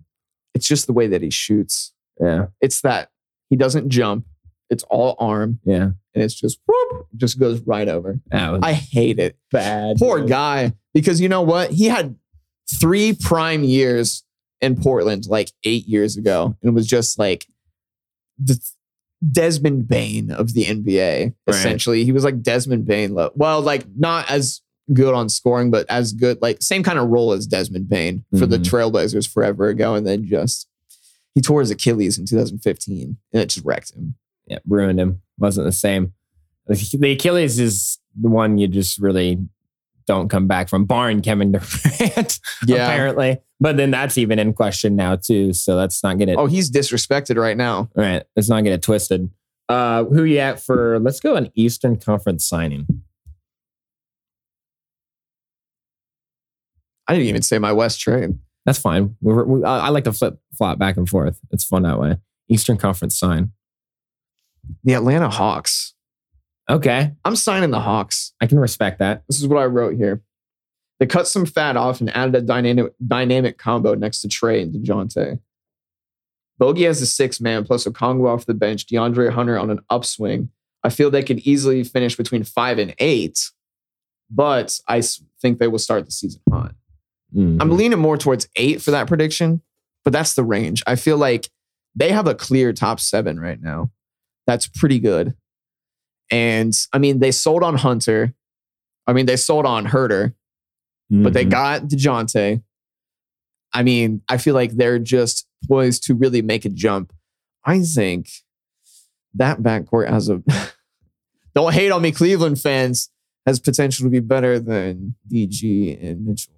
Speaker 4: It's just the way that he shoots.
Speaker 3: Yeah,
Speaker 4: It's that he doesn't jump It's all arm,
Speaker 3: Yeah.
Speaker 4: and it's just whoop, just goes right over.
Speaker 3: That was
Speaker 4: I hate it.
Speaker 3: bad.
Speaker 4: Poor guy, because you know what? He had three prime years in Portland like eight years ago, and was just like the Desmond Bain of the NBA. Essentially, he was like Desmond Bain. lo- Well, like not as good on scoring, but as good, like same kind of role as Desmond Bain for the
Speaker 3: Mhm.
Speaker 4: Trailblazers forever ago, and then just he tore his Achilles in 2015, and it just wrecked him.
Speaker 3: Yeah, ruined him. Wasn't the same. The Achilles is the one you just really don't come back from, barring Kevin <laughs> Durant, apparently. But then that's even in question now, too. So let's not get it.
Speaker 4: Oh, he's disrespected right now.
Speaker 3: All right, let's not get it twisted. Uh, who you at for? Let's go an Eastern Conference signing.
Speaker 4: I didn't even say my West trade.
Speaker 3: That's fine. We're, we, I I like to flip flop back and forth. It's fun that way. Eastern Conference sign.
Speaker 4: The Atlanta Hawks.
Speaker 3: Okay,
Speaker 4: I'm signing the Hawks.
Speaker 3: I can respect that.
Speaker 4: This is what I wrote here. They cut some fat off and added a dynamic dynamic combo next to Trey and DeJounte. Bogey has a six man plus a Congo off the bench, DeAndre Hunter on an upswing. I feel they could easily finish between five and eight, but I s- think they will start the season hot.
Speaker 3: Mm.
Speaker 4: I'm leaning more towards eight for that prediction, but that's the range. I feel like they have a clear top seven right now. That's pretty good. And I mean, they sold on Hunter. I mean, they sold on Herder, but they
Speaker 3: Mhm.
Speaker 4: got DeJounte. I mean, I feel like they're just poised to really make a jump. I think that backcourt has a <laughs> don't hate on me, Cleveland fans, has potential to be better than DG and Mitchell.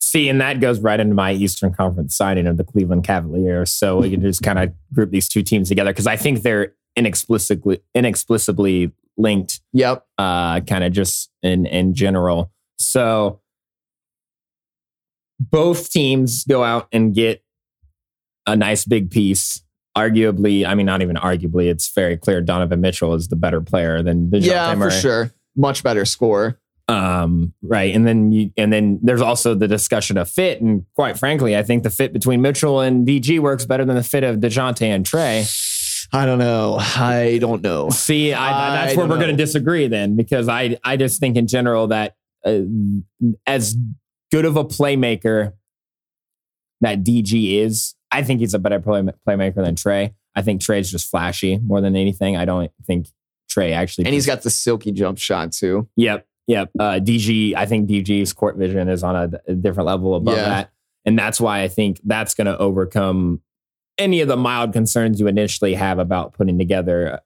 Speaker 3: See, and that goes right into my Eastern Conference signing of the Cleveland Cavaliers. So we can just kind of group these two teams together because I think they're inexplicably inexplicably linked,
Speaker 4: Yep.
Speaker 3: uh, kind of just in in general. So both teams go out and get a nice big piece. Arguably, I mean, not even arguably, it's very clear Donovan Mitchell is the better player than DeJounte
Speaker 4: yeah,
Speaker 3: Murray.
Speaker 4: for sure. Much better score.
Speaker 3: um right and then you and then there's also the discussion of fit and quite frankly i think the fit between mitchell and dg works better than the fit of DeJounte and trey
Speaker 4: I don't know. I don't know.
Speaker 3: see I,
Speaker 4: I
Speaker 3: that's where
Speaker 4: don't
Speaker 3: we're going to
Speaker 4: know.
Speaker 3: disagree then because i i just think in general that uh, as good of a playmaker that dg is i think he's a better play, playmaker than trey i think trey's just flashy more than anything i don't think trey actually
Speaker 4: And he's got the silky jump shot too.
Speaker 3: Yep. Yep. Uh, DG, I think DG's court vision is on a, a different level above
Speaker 4: Yeah.
Speaker 3: that. And that's why I think that's going to overcome any of the mild concerns you initially have about putting together uh,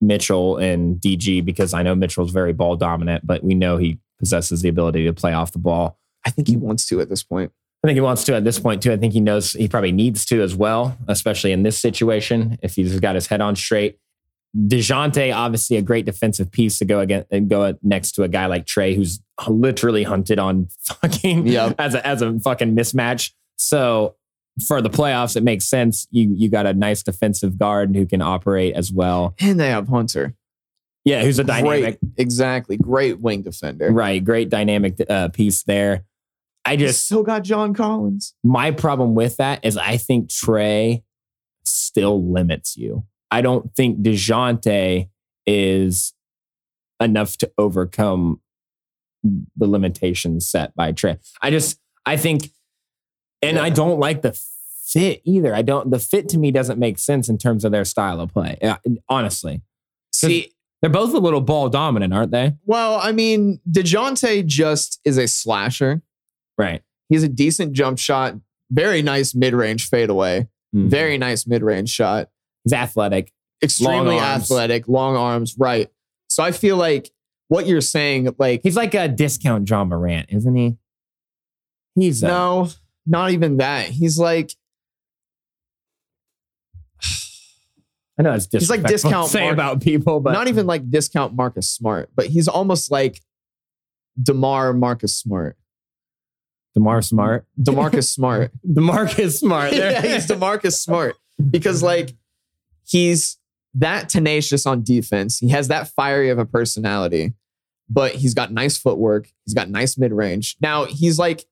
Speaker 3: Mitchell and DG, because I know Mitchell's very ball dominant, but we know he possesses the ability to play off the ball.
Speaker 4: I think he wants to at this point.
Speaker 3: I think he wants to at this point, too. I think he knows he probably needs to as well, especially in this situation, if he's got his head on straight. DeJounte, obviously a great defensive piece to go against and go next to a guy like Trey, who's literally hunted on <laughs> fucking
Speaker 4: Yep.
Speaker 3: as a as a fucking mismatch. So for the playoffs, it makes sense. You you got a nice defensive guard who can operate as well.
Speaker 4: And they have Hunter.
Speaker 3: Yeah, who's a dynamic,
Speaker 4: Great. Exactly. Great wing defender.
Speaker 3: right? Great dynamic uh, piece there. I
Speaker 4: They
Speaker 3: just
Speaker 4: still got John Collins.
Speaker 3: my problem with that is I think Trey still limits you. I don't think DeJounte is enough to overcome the limitations set by Trey. I just, I think, and I
Speaker 4: Yeah.
Speaker 3: don't like the fit either. I don't, the fit to me doesn't make sense in terms of their style of play. Uh, Honestly,
Speaker 4: See,
Speaker 3: they're both a little ball dominant, aren't they?
Speaker 4: well, I mean, DeJounte just is a slasher.
Speaker 3: Right.
Speaker 4: He has a decent jump shot, very nice mid range fadeaway, very nice mid range shot.
Speaker 3: He's athletic.
Speaker 4: Extremely
Speaker 3: arms.
Speaker 4: athletic, long arms, right. So I feel like what you're saying, like,
Speaker 3: He's like a discount John Morant, isn't he? He's a,
Speaker 4: No, not even that. He's like
Speaker 3: I know it's
Speaker 4: He's like
Speaker 3: disrespectful to
Speaker 4: discount
Speaker 3: say
Speaker 4: market.
Speaker 3: about people, but
Speaker 4: not even like discount Marcus Smart, but he's almost like Demar Marcus Smart. e-
Speaker 3: Demar Smart. <laughs>
Speaker 4: Demarcus Smart.
Speaker 3: Demarcus <laughs> Smart. There.
Speaker 4: yeah, <laughs> he's Demarcus Smart because like he's that tenacious on defense. He has that fiery of a personality, but he's got nice footwork. He's got nice mid range. Now he's like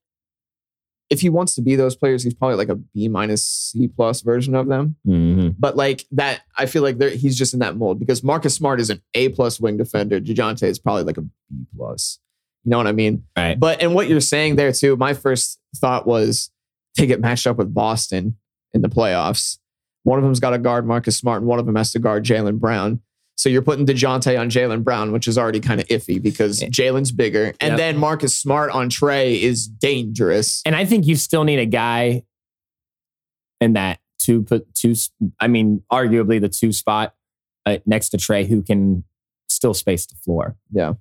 Speaker 4: if he wants to be those players, he's probably like a B minus C plus version of them.
Speaker 3: Mhm.
Speaker 4: But like that, I feel like there- he's just in that mold because Marcus Smart is an A plus wing defender. Dejounte is probably like a B plus. You know what I mean?
Speaker 3: Right.
Speaker 4: But and what you're saying there too, my first thought was they get matched up with Boston in the playoffs. One of them's got to guard Marcus Smart, and one of them has to guard Jalen Brown. So you're putting Dejounte on Jalen Brown, which is already kind of iffy because Jalen's bigger, and
Speaker 3: Yep.
Speaker 4: then Marcus Smart on Trey is dangerous.
Speaker 3: And I think you still need a guy in that two put two. s- I mean, arguably the two spot uh, next to Trey who can still space the floor
Speaker 4: Yeah,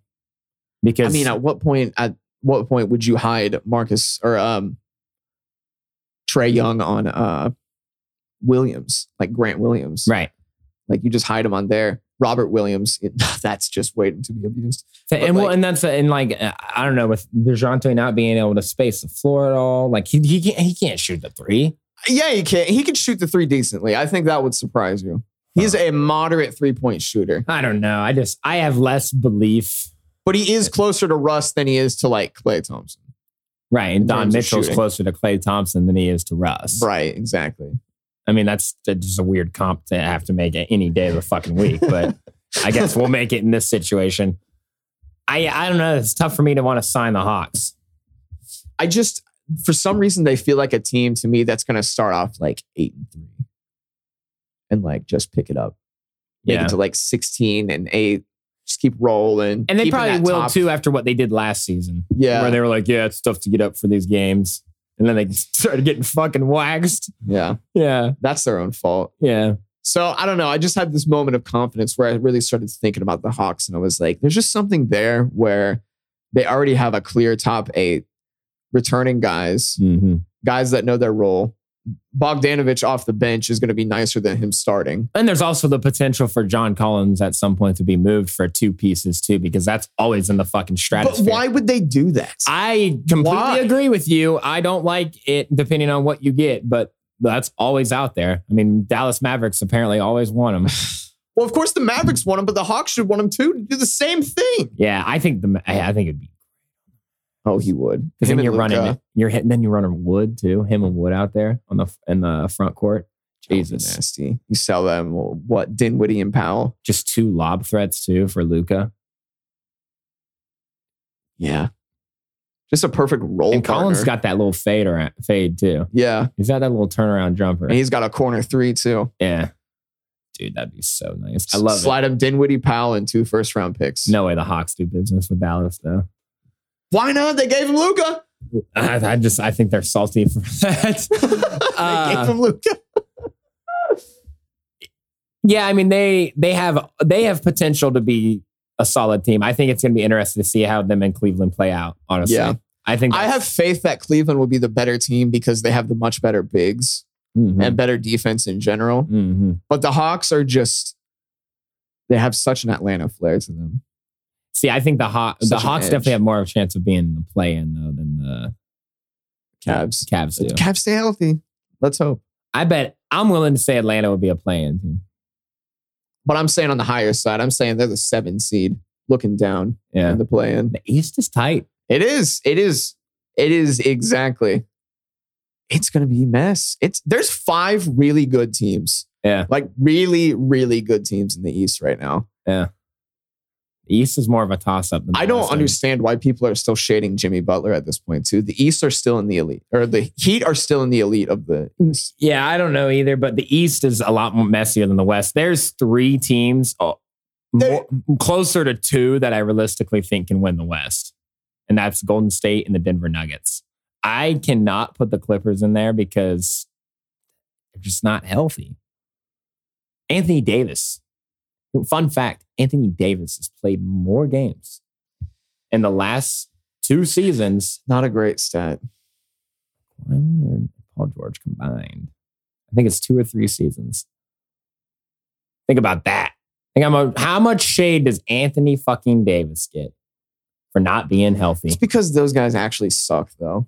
Speaker 3: because
Speaker 4: I mean, at what point? At what point would you hide Marcus or um Trey Young on uh Williams, like Grant Williams?
Speaker 3: right.
Speaker 4: Like you just hide him on there. Robert Williams, it- <laughs> that's just waiting to be abused.
Speaker 3: So-
Speaker 4: But
Speaker 3: and well,
Speaker 4: like-
Speaker 3: and that's and like uh, I don't know with Dejounte not being able to space the floor at all. Like he he can't he can't shoot the three.
Speaker 4: Yeah, he can. He can shoot the three decently. I think that would surprise you. He's a moderate three point shooter,
Speaker 3: I don't know. I just I have less belief.
Speaker 4: but he is closer to Russ than he is to like Clay Thompson.
Speaker 3: Right,
Speaker 4: In
Speaker 3: and Don
Speaker 4: terms of
Speaker 3: Mitchell's
Speaker 4: shooting.
Speaker 3: closer to Clay Thompson than he is to Russ.
Speaker 4: Right, exactly.
Speaker 3: I mean, that's, that's just a weird comp to have to make it any day of the fucking week,
Speaker 4: <laughs>
Speaker 3: but I guess we'll make it in this situation. I I don't know. It's tough for me to want to sign the Hawks.
Speaker 4: I just, for some reason, they feel like a team to me that's going to start off like eight and three and like just pick it up. Make
Speaker 3: Yeah.
Speaker 4: it to like 16 and eight. Just keep rolling.
Speaker 3: And they
Speaker 4: keeping
Speaker 3: probably
Speaker 4: that
Speaker 3: will
Speaker 4: top-
Speaker 3: too after what they did last season, where
Speaker 4: Yeah.
Speaker 3: they were like, yeah, it's tough to get up for these games. And then they <laughs> started getting fucking waxed.
Speaker 4: Yeah.
Speaker 3: Yeah.
Speaker 4: That's their own fault.
Speaker 3: Yeah.
Speaker 4: So I don't know. I just had this moment of confidence where I really started thinking about the Hawks, and I was like, there's just something there where they already have a clear top eight, returning guys,
Speaker 3: Mm-hmm.
Speaker 4: guys that know their role. Bogdanovich off the bench is going to be nicer than him starting.
Speaker 3: And there's also the potential for John Collins at some point to be moved for two pieces too, because that's always in the fucking
Speaker 4: But
Speaker 3: stratosphere.
Speaker 4: why would they do that?
Speaker 3: I completely
Speaker 4: Why?
Speaker 3: agree with you. I don't like it depending on what you get, but that's always out there. I mean, Dallas Mavericks apparently always want
Speaker 4: <laughs>
Speaker 3: him.
Speaker 4: well, of course the Mavericks want him, but the Hawks should want him too to do the same thing.
Speaker 3: yeah, I think the I I think it'd be
Speaker 4: Oh, he would.
Speaker 3: because
Speaker 4: Him
Speaker 3: then
Speaker 4: and
Speaker 3: you're running
Speaker 4: Luka.
Speaker 3: you're hitting then you're running Wood too, him and Wood out there on the in the front court.
Speaker 4: Oh,
Speaker 3: Jesus,
Speaker 4: nasty. You sell them what Dinwiddie and Powell.
Speaker 3: just two lob threats too for Luca
Speaker 4: Yeah, just a perfect role.
Speaker 3: and Collins
Speaker 4: partner.
Speaker 3: got that little fade around, fade too.
Speaker 4: yeah.
Speaker 3: He's got that little turnaround jumper.
Speaker 4: And he's got a corner three too.
Speaker 3: yeah, dude, that'd be so nice. I love
Speaker 4: Slide him Dinwiddie, Powell, and two first round picks.
Speaker 3: it. No way the Hawks do business with Dallas though.
Speaker 4: why not? They gave him Luca.
Speaker 3: I, I just I think they're salty for <laughs> that.
Speaker 4: <laughs> they
Speaker 3: Uh,
Speaker 4: gave him Luca.
Speaker 3: yeah, I mean they they have they have potential to be a solid team. I think it's going to be interesting to see how them and Cleveland play out. Honestly,
Speaker 4: Yeah.
Speaker 3: I think
Speaker 4: I have
Speaker 3: that's-
Speaker 4: faith that Cleveland will be the better team because they have the much better bigs
Speaker 3: Mhm.
Speaker 4: and better defense in general.
Speaker 3: Mhm.
Speaker 4: But the Hawks are just they have such an Atlanta flair to them.
Speaker 3: See, I think the Hawks the
Speaker 4: Such an
Speaker 3: Hawks
Speaker 4: edge.
Speaker 3: definitely have more of a chance of being in the play in though than the
Speaker 4: Cavs.
Speaker 3: Cavs do.
Speaker 4: Cavs stay healthy. Let's hope.
Speaker 3: I bet I'm willing to say Atlanta would be a play in team.
Speaker 4: But I'm saying on the higher side, I'm saying they're the seven seed looking down
Speaker 3: Yeah,
Speaker 4: in the play in.
Speaker 3: the East is tight.
Speaker 4: It is. It is. It is exactly. It's gonna be a mess. It's there's five really good teams.
Speaker 3: Yeah.
Speaker 4: Like really, really good teams in the East right now.
Speaker 3: The East is more of a toss up.
Speaker 4: I don't understand why people are still shading Jimmy Butler at this point, too. The East are still in the elite, or the Heat are still in the elite of the East.
Speaker 3: Yeah, I don't know either, but the East is a lot more messier than the West. There's three teams oh,
Speaker 4: There-
Speaker 3: more- closer to two that I realistically think can win the West, and that's Golden State and the Denver Nuggets. I cannot put the Clippers in there because they're just not healthy. Anthony Davis. Fun fact Anthony Davis has played more games in the last two seasons
Speaker 4: Not a great stat.
Speaker 3: Kawhi or Paul George combined. I think it's two or three seasons. Think about that. Think I'm a, how much shade does Anthony fucking Davis get for not being healthy?
Speaker 4: It's because those guys actually suck, though.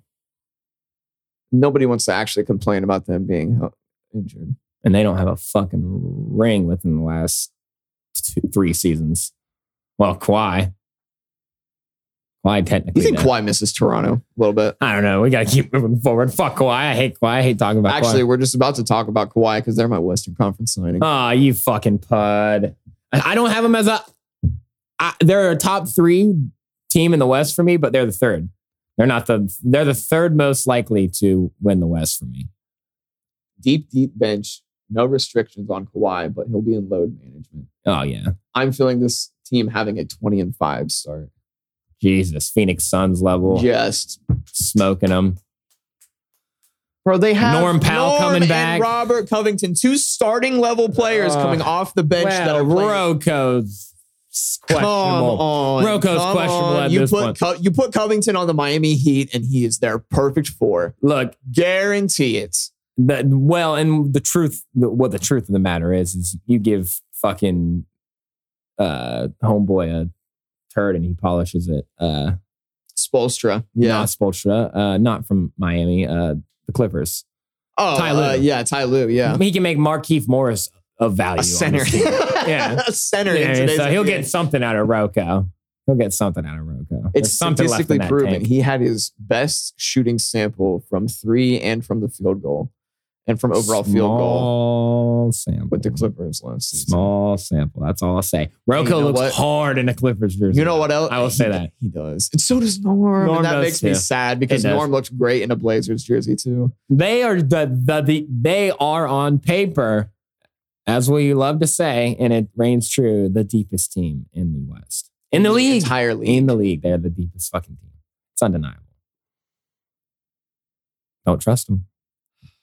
Speaker 4: Nobody wants to actually complain about them being uh, injured.
Speaker 3: And they don't have a fucking ring within the last two, three seasons. Well, Kawhi. Kawhi technically.
Speaker 4: You think
Speaker 3: does.
Speaker 4: Kawhi misses Toronto a little bit?
Speaker 3: I don't know. We gotta keep moving forward. Fuck Kawhi. I hate Kawhi. I hate talking about Kawhi.
Speaker 4: Actually, we're just about to talk about Kawhi because they're my Western Conference signing.
Speaker 3: Oh, you fucking pud. I I don't have them as a. I, they're a top three team in the West for me, but they're the third. They're not the. They're the third most likely to win the West for me.
Speaker 4: Deep, deep bench. No restrictions on Kawhi, but he'll be in load management.
Speaker 3: Oh yeah,
Speaker 4: I'm feeling this team having a 20 and 5 start.
Speaker 3: Jesus, Phoenix Suns level,
Speaker 4: Just
Speaker 3: smoking them.
Speaker 4: bro, they have
Speaker 3: Norm Powell coming
Speaker 4: and
Speaker 3: back.
Speaker 4: Robert Covington, two starting level players
Speaker 3: Uh,
Speaker 4: coming off the bench that
Speaker 3: Well,
Speaker 4: are playing
Speaker 3: Roko's
Speaker 4: Come
Speaker 3: questionable.
Speaker 4: on.
Speaker 3: Roko's
Speaker 4: Come
Speaker 3: questionable
Speaker 4: on.
Speaker 3: at
Speaker 4: you
Speaker 3: this
Speaker 4: put
Speaker 3: point.
Speaker 4: Co- you put Covington on the Miami Heat, and he is their perfect four.
Speaker 3: Look,
Speaker 4: Guarantee it.
Speaker 3: the, well, and the truth, what the truth of the matter is, is you give fucking uh, homeboy a turd and he polishes it. Uh,
Speaker 4: Spolstra.
Speaker 3: yeah. Not Spolstra, uh, not from Miami, uh, the Clippers.
Speaker 4: Oh,
Speaker 3: Ty Lue.
Speaker 4: uh, yeah, Ty Lue. Yeah.
Speaker 3: He can make Markeith Morris of value.
Speaker 4: A
Speaker 3: on
Speaker 4: <laughs> center.
Speaker 3: this team. Yeah.
Speaker 4: A center. in
Speaker 3: Yeah,
Speaker 4: today's
Speaker 3: so he'll
Speaker 4: NBA.
Speaker 3: get something out of Roko. He'll get something out of Roko.
Speaker 4: It's
Speaker 3: There's something left in
Speaker 4: statistically
Speaker 3: that
Speaker 4: proven.
Speaker 3: tank.
Speaker 4: He had his best shooting sample from three and from the field goal and from overall field
Speaker 3: Small
Speaker 4: goal
Speaker 3: sample.
Speaker 4: with the Clippers last season.
Speaker 3: Small sample. That's all I'll say. Roko
Speaker 4: you know
Speaker 3: looks
Speaker 4: what?
Speaker 3: hard in a Clippers jersey.
Speaker 4: You know what else?
Speaker 3: I will say
Speaker 4: He-
Speaker 3: that.
Speaker 4: He does. And so does Norm.
Speaker 3: Norm
Speaker 4: and that
Speaker 3: does
Speaker 4: makes me
Speaker 3: too.
Speaker 4: sad because
Speaker 3: He does.
Speaker 4: Norm looked great in a Blazers jersey too.
Speaker 3: They are the, the the they are on paper, as we love to say, and it reigns true, the deepest team in the West. In the league.
Speaker 4: Entirely.
Speaker 3: In the league, they're the deepest fucking team. It's undeniable. Don't trust them.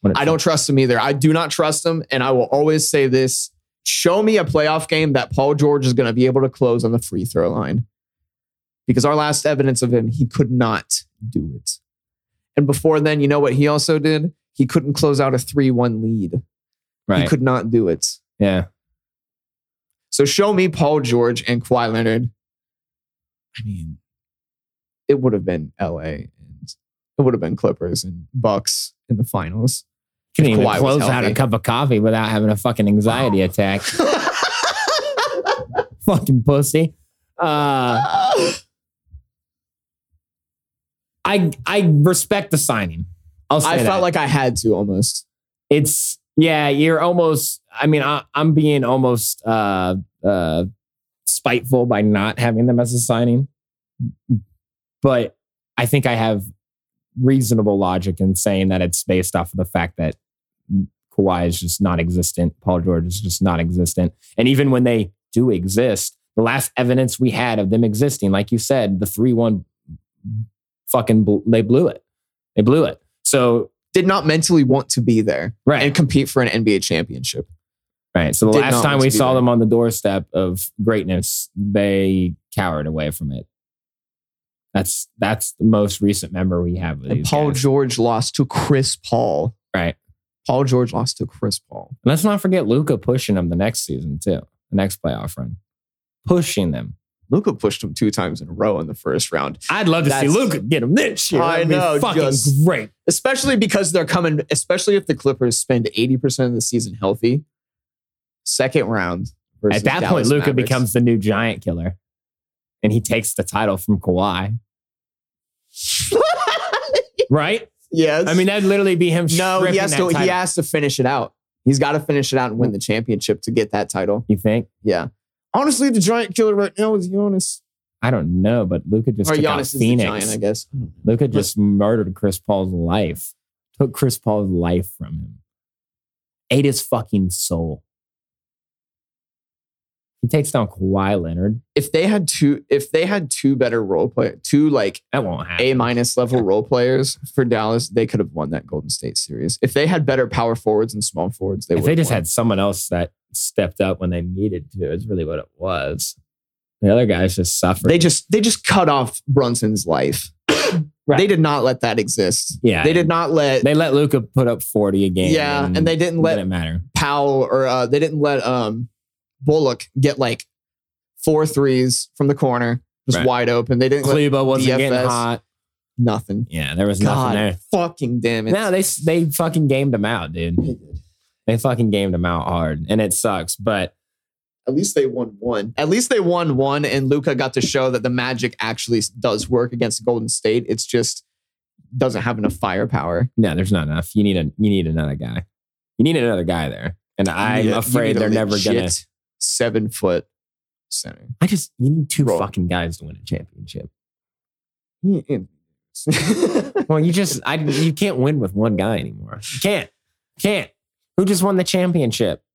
Speaker 3: What a-
Speaker 4: I don't trust him either. I do not trust him. And I will always say this show me a playoff game that Paul George is going to be able to close on the free throw line. Because our last evidence of him, he could not do it. And before then, you know what he also did? He couldn't close out a 3 1 lead.
Speaker 3: Right.
Speaker 4: He could not do it.
Speaker 3: yeah.
Speaker 4: So show me Paul George and Kawhi Leonard. I mean, it would have been LA and it would have been Clippers and Bucks in the finals.
Speaker 3: Couldn't even
Speaker 4: Kawhi was
Speaker 3: close out a
Speaker 4: healthy.
Speaker 3: cup of coffee without having a fucking anxiety
Speaker 4: <laughs>
Speaker 3: attack. fucking pussy.
Speaker 4: <laughs>
Speaker 3: Uh, I I respect the signing. I'll say
Speaker 4: I
Speaker 3: that.
Speaker 4: felt like I had to almost.
Speaker 3: it's yeah. You're almost. I mean, I, I'm being almost uh, uh, spiteful by not having them as a signing, but I think I have reasonable logic in saying that it's based off of the fact that Kawhi is just not existent. Paul George is just not existent. And even when they do exist, the last evidence we had of them existing, like you said, the 3 1 fucking, bl- they blew it. They blew it. So,
Speaker 4: Did not mentally want to be there
Speaker 3: right.
Speaker 4: and compete for an NBA championship.
Speaker 3: right. So, the
Speaker 4: did
Speaker 3: last
Speaker 4: not
Speaker 3: time
Speaker 4: want
Speaker 3: we
Speaker 4: to be
Speaker 3: saw
Speaker 4: there.
Speaker 3: them on the doorstep of greatness, they cowered away from it. That's that's the most recent memory we have of
Speaker 4: And
Speaker 3: these
Speaker 4: Paul
Speaker 3: guys.
Speaker 4: George lost to Chris Paul.
Speaker 3: Right.
Speaker 4: Paul George lost to Chris Paul.
Speaker 3: And let's not forget Luca pushing them the next season too, the next playoff run, pushing them.
Speaker 4: Luca pushed him two times in a row in the first round.
Speaker 3: I'd love to
Speaker 4: That's-
Speaker 3: see Luca get him this year.
Speaker 4: I
Speaker 3: That'd
Speaker 4: know,
Speaker 3: be fucking
Speaker 4: just-
Speaker 3: great.
Speaker 4: especially because they're coming, especially if the Clippers spend 80% of the season healthy. Second round. versus
Speaker 3: At that point,
Speaker 4: Dallas
Speaker 3: Luca
Speaker 4: Mavericks.
Speaker 3: becomes the new giant killer, and he takes the title from Kawhi. <laughs> Right?
Speaker 4: <laughs> yes.
Speaker 3: I mean, that'd literally be him.
Speaker 4: no, he
Speaker 3: stripping
Speaker 4: has
Speaker 3: that
Speaker 4: to he
Speaker 3: title.
Speaker 4: has to finish it out. He's got to finish it out and win the championship to get that title.
Speaker 3: You think?
Speaker 4: Yeah. Honestly, the giant killer right now is Giannis.
Speaker 3: I don't know, but Luca just
Speaker 4: or
Speaker 3: took out
Speaker 4: Giannis is the giant,
Speaker 3: Phoenix.
Speaker 4: I guess.
Speaker 3: Luca just murdered Chris Paul's life. Took Chris Paul's life from him. Ate his fucking soul. He takes down Kawhi Leonard.
Speaker 4: If they had two, if they had two better role play, two like
Speaker 3: That won't happen.
Speaker 4: A minus level role players for Dallas, they could have won that Golden State series. If they had better power forwards and small forwards, they
Speaker 3: if
Speaker 4: would.
Speaker 3: they just
Speaker 4: won.
Speaker 3: had someone else that stepped up when they needed to, is really what it was. The other guys just suffered.
Speaker 4: they just they just cut off Brunson's life.
Speaker 3: <coughs> Right.
Speaker 4: They did not let that exist.
Speaker 3: yeah,
Speaker 4: They did not let
Speaker 3: They let Luca put up forty a game.
Speaker 4: Yeah, and they didn't let-
Speaker 3: it matter.
Speaker 4: Powell or uh, they didn't let um, Bullock get like four threes from the corner, just
Speaker 3: Right.
Speaker 4: wide open. They didn't let
Speaker 3: Kleba wasn't getting
Speaker 4: DFS.
Speaker 3: hot.
Speaker 4: nothing.
Speaker 3: Yeah, there was
Speaker 4: God,
Speaker 3: nothing
Speaker 4: fucking damn
Speaker 3: there.
Speaker 4: it!
Speaker 3: No, they they fucking gamed him out, dude. They fucking gamed him out hard, and it sucks. But
Speaker 4: At least they won one. At least they won one, and Luca got to show that the magic actually does work against Golden State. It's just doesn't have enough firepower.
Speaker 3: No, there's not enough. You need a you need another guy. You need another guy there. And I'm
Speaker 4: You need a- you
Speaker 3: afraid
Speaker 4: need a
Speaker 3: they're never gonna
Speaker 4: legit seven foot center.
Speaker 3: I just you need two
Speaker 4: Roll.
Speaker 3: fucking guys to win a championship.
Speaker 4: I
Speaker 3: Well, you just I you can't win with one guy anymore. You can't. Can't. Who just won the championship?
Speaker 4: <laughs>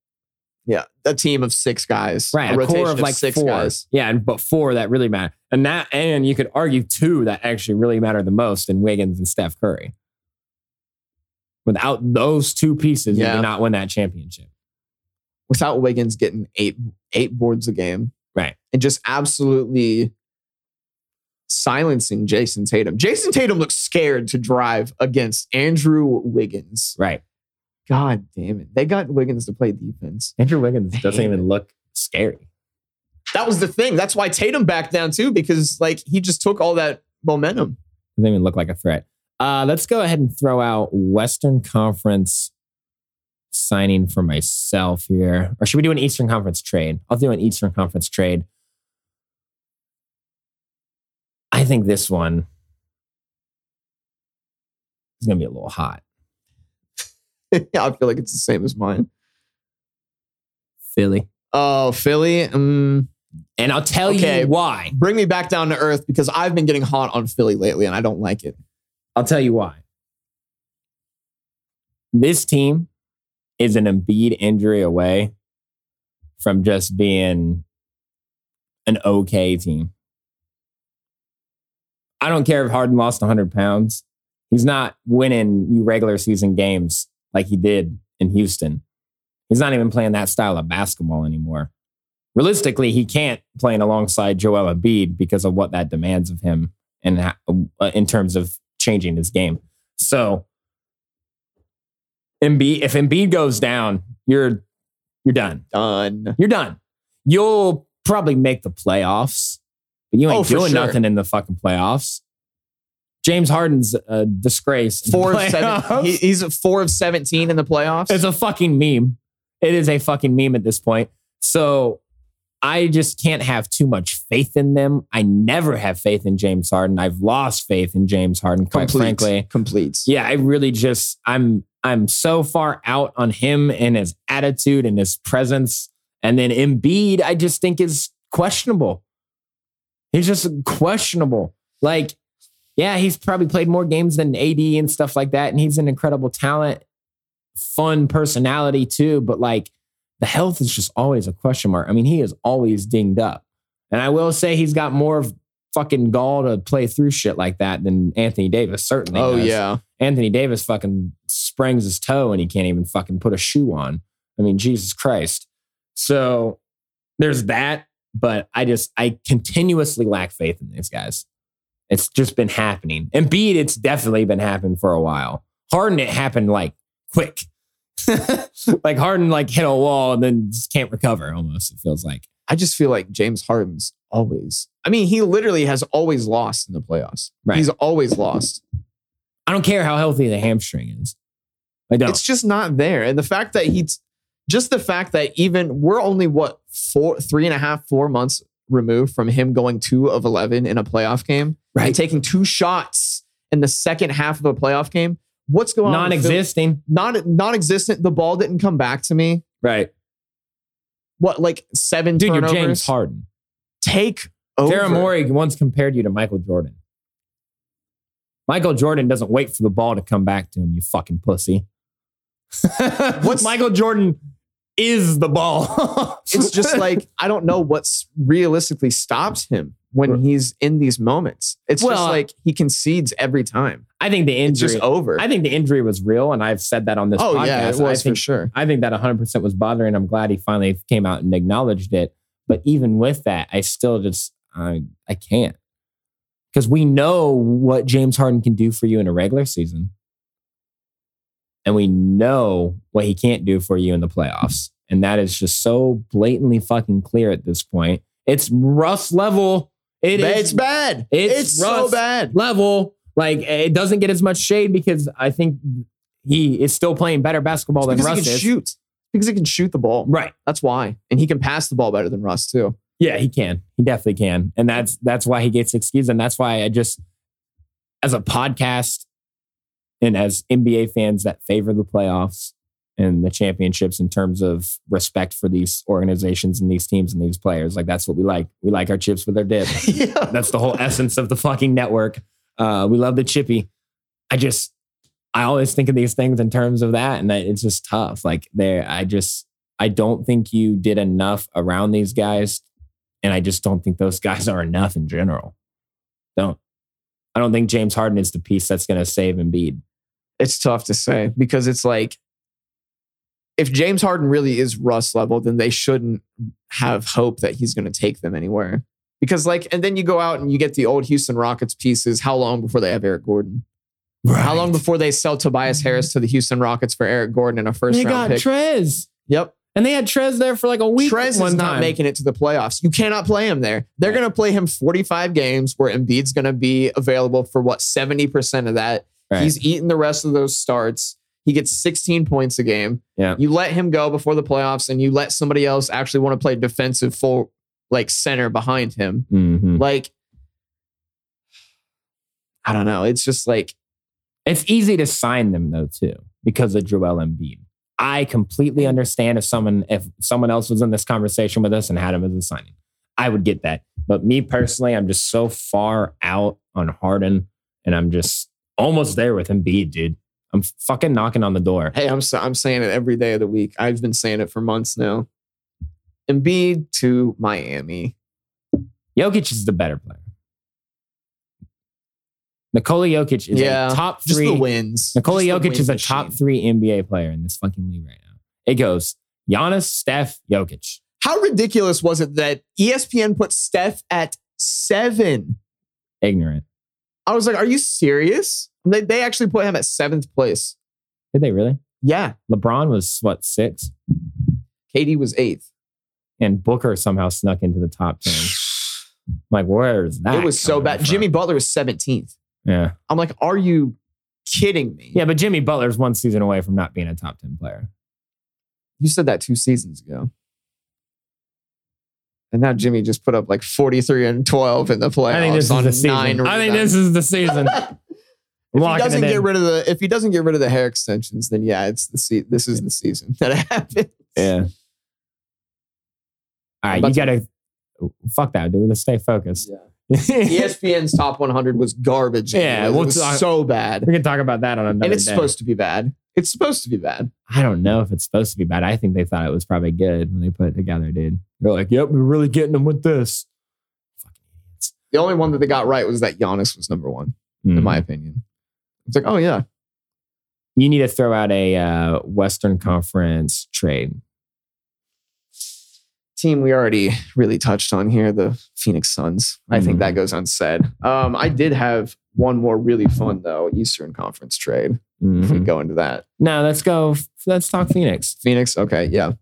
Speaker 4: Yeah, a team of six guys.
Speaker 3: Right.
Speaker 4: a
Speaker 3: A,
Speaker 4: rotation
Speaker 3: core of like
Speaker 4: six
Speaker 3: four.
Speaker 4: guys.
Speaker 3: Yeah, and but four that really matter. And that and you could argue two that actually really matter the most in Wiggins and Steph Curry. Without those two pieces, you
Speaker 4: Yeah.
Speaker 3: do not win that championship.
Speaker 4: Without Wiggins getting eight eight boards a game
Speaker 3: Right.
Speaker 4: and just absolutely silencing Jason Tatum. Jason Tatum looks scared to drive against Andrew Wiggins.
Speaker 3: Right.
Speaker 4: God damn it. They got Wiggins to play defense.
Speaker 3: Andrew Wiggins doesn't
Speaker 4: Damn.
Speaker 3: even look scary.
Speaker 4: That was the thing. That's why Tatum backed down too, because like he just took all that momentum. <laughs>
Speaker 3: Doesn't even look like a threat. Uh, let's go ahead and throw out Western Conference signing for myself here. Or should we do an Eastern Conference trade? I'll do an Eastern Conference trade. I think this one is going to be a little hot.
Speaker 4: I feel like it's the same as mine.
Speaker 3: Philly.
Speaker 4: Oh, Philly. Mm.
Speaker 3: And I'll tell
Speaker 4: Okay.
Speaker 3: you why.
Speaker 4: bring me back down to earth because I've been getting hot on Philly lately and I don't like it.
Speaker 3: I'll tell you why. This team is an Embiid injury away from just being an okay team. I don't care if Harden lost 100 pounds. He's not winning you regular season games like he did in Houston. He's not even playing that style of basketball anymore. Realistically, he can't play alongside Joel Embiid because of what that demands of him and ho- uh, in terms of changing his game. So, Embiid, if Embiid goes down, you're you're done.
Speaker 4: Done.
Speaker 3: You're done. You'll probably make the playoffs, but you ain't
Speaker 4: Oh, for
Speaker 3: doing
Speaker 4: sure.
Speaker 3: nothing in the fucking playoffs. James Harden's a disgrace. in the
Speaker 4: Four of
Speaker 3: playoffs.
Speaker 4: seven. he- he's a four of seventeen in the playoffs.
Speaker 3: It's a fucking meme. It is a fucking meme at this point. So I just can't have too much faith in them. I never have faith in James Harden. I've lost faith in James Harden, quite frankly.
Speaker 4: complete.
Speaker 3: Yeah, I really just I'm I'm so far out on him and his attitude and his presence. And then Embiid, I just think is questionable. He's just questionable. Like, yeah, he's probably played more games than AD and stuff like that. And he's an incredible talent, fun personality too. But like, the health is just always a question mark. I mean, he is always dinged up. And I will say he's got more of fucking gall to play through shit like that than Anthony Davis, certainly.
Speaker 4: Oh
Speaker 3: does.
Speaker 4: yeah.
Speaker 3: Anthony Davis fucking springs his toe and he can't even fucking put a shoe on. I mean, Jesus Christ. So there's that, but I just I continuously lack faith in these guys. It's just been happening. Embiid, it's definitely been happening for a while. Harden, it happened like quick. <laughs> like Harden like hit a wall and then just can't recover almost, it feels like.
Speaker 4: I just feel like James Harden's always. I mean, he literally has always lost in the playoffs.
Speaker 3: Right.
Speaker 4: He's always lost.
Speaker 3: I don't care how healthy the hamstring is. I don't.
Speaker 4: It's just not there. And the fact that he's just the fact that even we're only what four, three and a half, four months removed from him going two of eleven in a playoff game
Speaker 3: Right.
Speaker 4: and taking two shots in the second half of a playoff game. What's going on? with Philly?
Speaker 3: non-existing.
Speaker 4: Non non-existent. The ball didn't come back to me.
Speaker 3: Right.
Speaker 4: What like seven
Speaker 3: Dude,
Speaker 4: turnovers?
Speaker 3: you're James Harden.
Speaker 4: Take over.
Speaker 3: Daryl
Speaker 4: <laughs>
Speaker 3: Morey once compared you to Michael Jordan. Michael Jordan doesn't wait for the ball to come back to him, you fucking pussy.
Speaker 4: What's-
Speaker 3: Michael Jordan is the ball. <laughs>
Speaker 4: It's just like I don't know what's realistically stops him when he's in these moments. It's just
Speaker 3: Well,
Speaker 4: like he concedes every time.
Speaker 3: I think the
Speaker 4: It's
Speaker 3: injury
Speaker 4: just over.
Speaker 3: I think the injury was real and I've said that on this
Speaker 4: oh
Speaker 3: podcast.
Speaker 4: yeah, it
Speaker 3: I
Speaker 4: was for
Speaker 3: think-
Speaker 4: sure.
Speaker 3: I think that 100% was bothering. I'm glad he finally came out and acknowledged it. But even with that, I still just, I, I can't. Because we know what James Harden can do for you in a regular season. And we know what he can't do for you in the playoffs. And that is just so blatantly fucking clear at this point. It's Russ level. It
Speaker 4: But
Speaker 3: is
Speaker 4: it's bad.
Speaker 3: it's
Speaker 4: It's, so
Speaker 3: rough.
Speaker 4: bad.
Speaker 3: level. Like it doesn't get as much shade because I think he is still playing better basketball than
Speaker 4: Because
Speaker 3: Russ
Speaker 4: he can
Speaker 3: is
Speaker 4: shoot. because he can shoot the ball.
Speaker 3: Right.
Speaker 4: That's why. And he can pass the ball better than Russ,
Speaker 3: <laughs>
Speaker 4: too.
Speaker 3: Yeah, he can. He definitely can. And that's that's why he gets excused. And that's why I just as a podcast and as NBA fans that favor the playoffs and the championships in terms of respect for these organizations and these teams and these players, like that's what we like. We like our chips with our dip.
Speaker 4: yeah.
Speaker 3: That's the whole essence of the fucking network. Uh, we love the chippy. I just, I always think of these things in terms of that, and that it's just tough. Like there, I just, I don't think you did enough around these guys, and I just don't think those <laughs> guys are enough in general. Don't. I don't think James Harden is the piece that's going to save Embiid.
Speaker 4: It's tough to say because it's like if James Harden really is Russ level, then they shouldn't have hope that he's going to take them anywhere. Because like, and then you go out and you get the old Houston Rockets pieces. How long before they have Eric Gordon? How long before they sell Tobias Harris to the Houston Rockets for Eric Gordon in a first
Speaker 3: they
Speaker 4: round
Speaker 3: got
Speaker 4: pick?
Speaker 3: Trez,
Speaker 4: yep.
Speaker 3: and they had Trez there for like a week.
Speaker 4: Trez
Speaker 3: one
Speaker 4: is not
Speaker 3: time.
Speaker 4: making it to the playoffs. You cannot play him there. They're
Speaker 3: Right.
Speaker 4: going to play him 45 games where Embiid's going to be available for what 70% of that.
Speaker 3: Right.
Speaker 4: He's eaten the rest of those starts. He gets 16 points a game.
Speaker 3: Yeah.
Speaker 4: You let him go before the playoffs and you let somebody else actually want to play defensive full like center behind him.
Speaker 3: Mhm.
Speaker 4: Like I don't know. It's just like
Speaker 3: It's easy to sign them though too because of Joel Embiid. I
Speaker 4: Mm.
Speaker 3: completely understand if someone if someone else was in this conversation with us and had him as a signing, I would get that. But me personally, I'm just so far out on Harden, and I'm just almost there with Embiid, dude. I'm fucking knocking on the door.
Speaker 4: Hey, I'm so, I'm saying it every day of the week. I've been saying it for months now. Embiid to Miami.
Speaker 3: Jokic is the better player. Nikola Jokic is
Speaker 4: Yeah,
Speaker 3: a top
Speaker 4: Just
Speaker 3: three
Speaker 4: the wins.
Speaker 3: Nikola
Speaker 4: Just the
Speaker 3: Jokic is
Speaker 4: win
Speaker 3: a top
Speaker 4: machine.
Speaker 3: three NBA player in this fucking league right now. It goes Giannis, Steph, Jokic.
Speaker 4: How ridiculous was it that E ESPN put Steph at seven?
Speaker 3: Ignorant.
Speaker 4: I was like, are you serious? And They, they actually put him at seventh place.
Speaker 3: Did they really?
Speaker 4: Yeah.
Speaker 3: LeBron was what six,
Speaker 4: KD was eighth.
Speaker 3: and Booker somehow snuck into the top
Speaker 4: <sighs>
Speaker 3: ten. I'm like, where is that?
Speaker 4: it was so
Speaker 3: coming
Speaker 4: bad.
Speaker 3: from?
Speaker 4: Jimmy Butler was 17th.
Speaker 3: Yeah,
Speaker 4: I'm like, are you kidding me?
Speaker 3: yeah, but Jimmy Butler's one season away from not being a top ten player.
Speaker 4: You said that two seasons ago. And now Jimmy just put up like 43 and 12 in the playoffs
Speaker 3: I think this
Speaker 4: on
Speaker 3: is the
Speaker 4: nine
Speaker 3: season. I think
Speaker 4: rebounds.
Speaker 3: this is the season.
Speaker 4: <laughs> If he
Speaker 3: Locking
Speaker 4: doesn't
Speaker 3: it in.
Speaker 4: get rid of the if he doesn't get rid of the hair extensions, then yeah, it's the se- this is the season that <laughs> it happens.
Speaker 3: yeah. All right,
Speaker 4: But-
Speaker 3: you gotta fuck that dude. Let's stay focused. <laughs>
Speaker 4: E ESPN's top 100 was garbage.
Speaker 3: Yeah,
Speaker 4: it
Speaker 3: we'll uh,
Speaker 4: was
Speaker 3: talk-
Speaker 4: so bad,
Speaker 3: we can talk about that on another.
Speaker 4: and it's
Speaker 3: day.
Speaker 4: supposed to be bad. It's supposed to be bad.
Speaker 3: I don't know if it's supposed to be bad. I think they thought it was probably good when they put it together, dude. They're like, "Yep, we're really getting them with this." Fucking idiots.
Speaker 4: The only one that they got right was that Giannis was number one, in
Speaker 3: Hmm.
Speaker 4: my opinion. It's like, oh yeah,
Speaker 3: you need to throw out a uh, Western Conference trade.
Speaker 4: team we already really touched on here, the Phoenix Suns. I think
Speaker 3: Mhm.
Speaker 4: that goes unsaid. Um, I did have one more really fun though Eastern Conference trade. If we <laughs>
Speaker 3: Mhm.
Speaker 4: go into that,
Speaker 3: No, let's go. f- Let's talk Phoenix.
Speaker 4: Phoenix. Okay, yeah.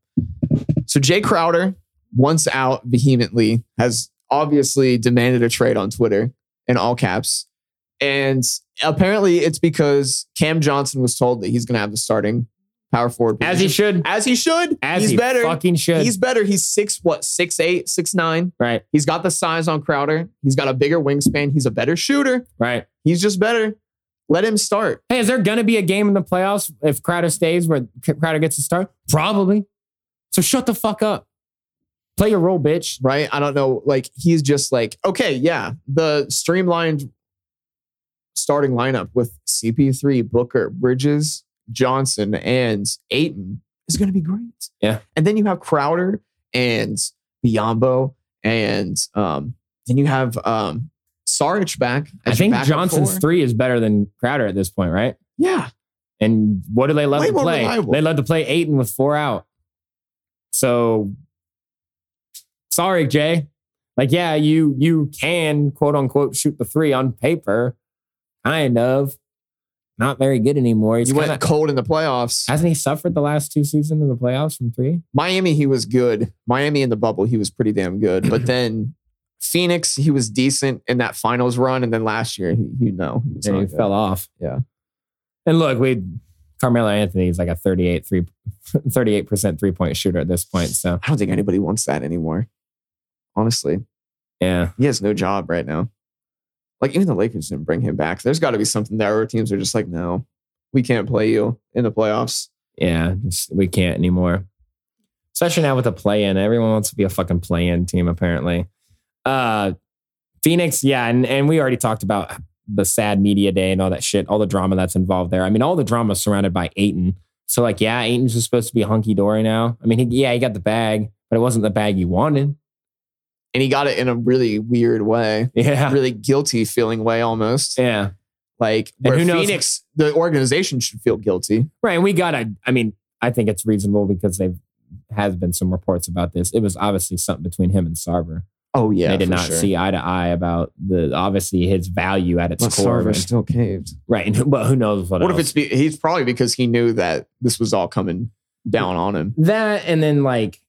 Speaker 4: So Jay Crowder, once out vehemently, has obviously demanded a trade on Twitter in all caps. And apparently it's because Cam Johnson was told that he's gonna have the starting power forward.
Speaker 3: As he
Speaker 4: position.
Speaker 3: should.
Speaker 4: as he should.
Speaker 3: As
Speaker 4: he's
Speaker 3: he
Speaker 4: better.
Speaker 3: fucking should.
Speaker 4: He's better. He's six, what, six eight, six nine.
Speaker 3: right,
Speaker 4: He's got the size on Crowder. He's got a bigger wingspan. He's a better shooter.
Speaker 3: right.
Speaker 4: He's just better. Let him start.
Speaker 3: Hey, is there going to be a game in the playoffs if Crowder stays where C- Crowder gets to start? Probably. So shut the fuck up. Play your role, bitch.
Speaker 4: right? I don't know. Like he's just like, okay, yeah, the streamlined starting lineup with CP3, Booker, Bridges, Johnson, and Aiton is going to be great.
Speaker 3: Yeah.
Speaker 4: and then you have Crowder and Biombo, and um, then you have um, Sarge back.
Speaker 3: I
Speaker 4: as your
Speaker 3: think
Speaker 4: backup
Speaker 3: Johnson's
Speaker 4: four.
Speaker 3: three is better than Crowder at this point, right?
Speaker 4: Yeah,
Speaker 3: And what do they love
Speaker 4: Way
Speaker 3: to
Speaker 4: more
Speaker 3: play?
Speaker 4: reliable.
Speaker 3: They love to play Aiton with four out. So sorry, Jay. Like, yeah, you you can quote unquote shoot the three on paper, kind of. Not very good anymore. He's
Speaker 4: you went
Speaker 3: kinda-
Speaker 4: cold in the playoffs.
Speaker 3: hasn't he suffered the last two seasons of the playoffs from three?
Speaker 4: Miami, he was good. Miami in the bubble, he was pretty damn good.
Speaker 3: <clears throat>
Speaker 4: But then Phoenix, he was decent in that finals run. And then last year, he, you know, he was
Speaker 3: and
Speaker 4: not
Speaker 3: he
Speaker 4: good.
Speaker 3: fell off.
Speaker 4: Yeah.
Speaker 3: And look, we Carmelo Anthony is like a 38 three, <laughs> 38% three point shooter at this point. So
Speaker 4: I don't think anybody wants that anymore. Honestly,
Speaker 3: yeah,
Speaker 4: he has no job right now. Like even the Lakers didn't bring him back. There's got to be something there where teams are just like, no, we can't play you in the playoffs.
Speaker 3: yeah, just, we can't anymore. Especially now with the play in, everyone wants to be a fucking play in team apparently. Uh, Phoenix, yeah, and and we already talked about the sad media day and all that shit, all the drama that's involved there. I mean, all the drama surrounded by Aiton. So like, yeah, Aiton's just supposed to be hunky dory now. I mean, he, yeah, he got the bag, but it wasn't the bag you wanted. <laughs>
Speaker 4: And he got it in a really weird way,
Speaker 3: Yeah,
Speaker 4: really guilty feeling way almost.
Speaker 3: yeah.
Speaker 4: Like
Speaker 3: And
Speaker 4: where
Speaker 3: who knows-
Speaker 4: Phoenix, the organization should feel guilty.
Speaker 3: Right. And we got to, I mean, I think it's reasonable because they've, has been some reports about this. It was obviously something between him and Sarver.
Speaker 4: Oh yeah,
Speaker 3: they did
Speaker 4: for
Speaker 3: not
Speaker 4: sure.
Speaker 3: see eye to eye about the obviously his value at its
Speaker 4: But
Speaker 3: core.
Speaker 4: Sarver still caved.
Speaker 3: right. <laughs> And, well, who knows what?
Speaker 4: What if
Speaker 3: else.
Speaker 4: it's be, he's probably because he knew that this was all coming down on him.
Speaker 3: that? And then like,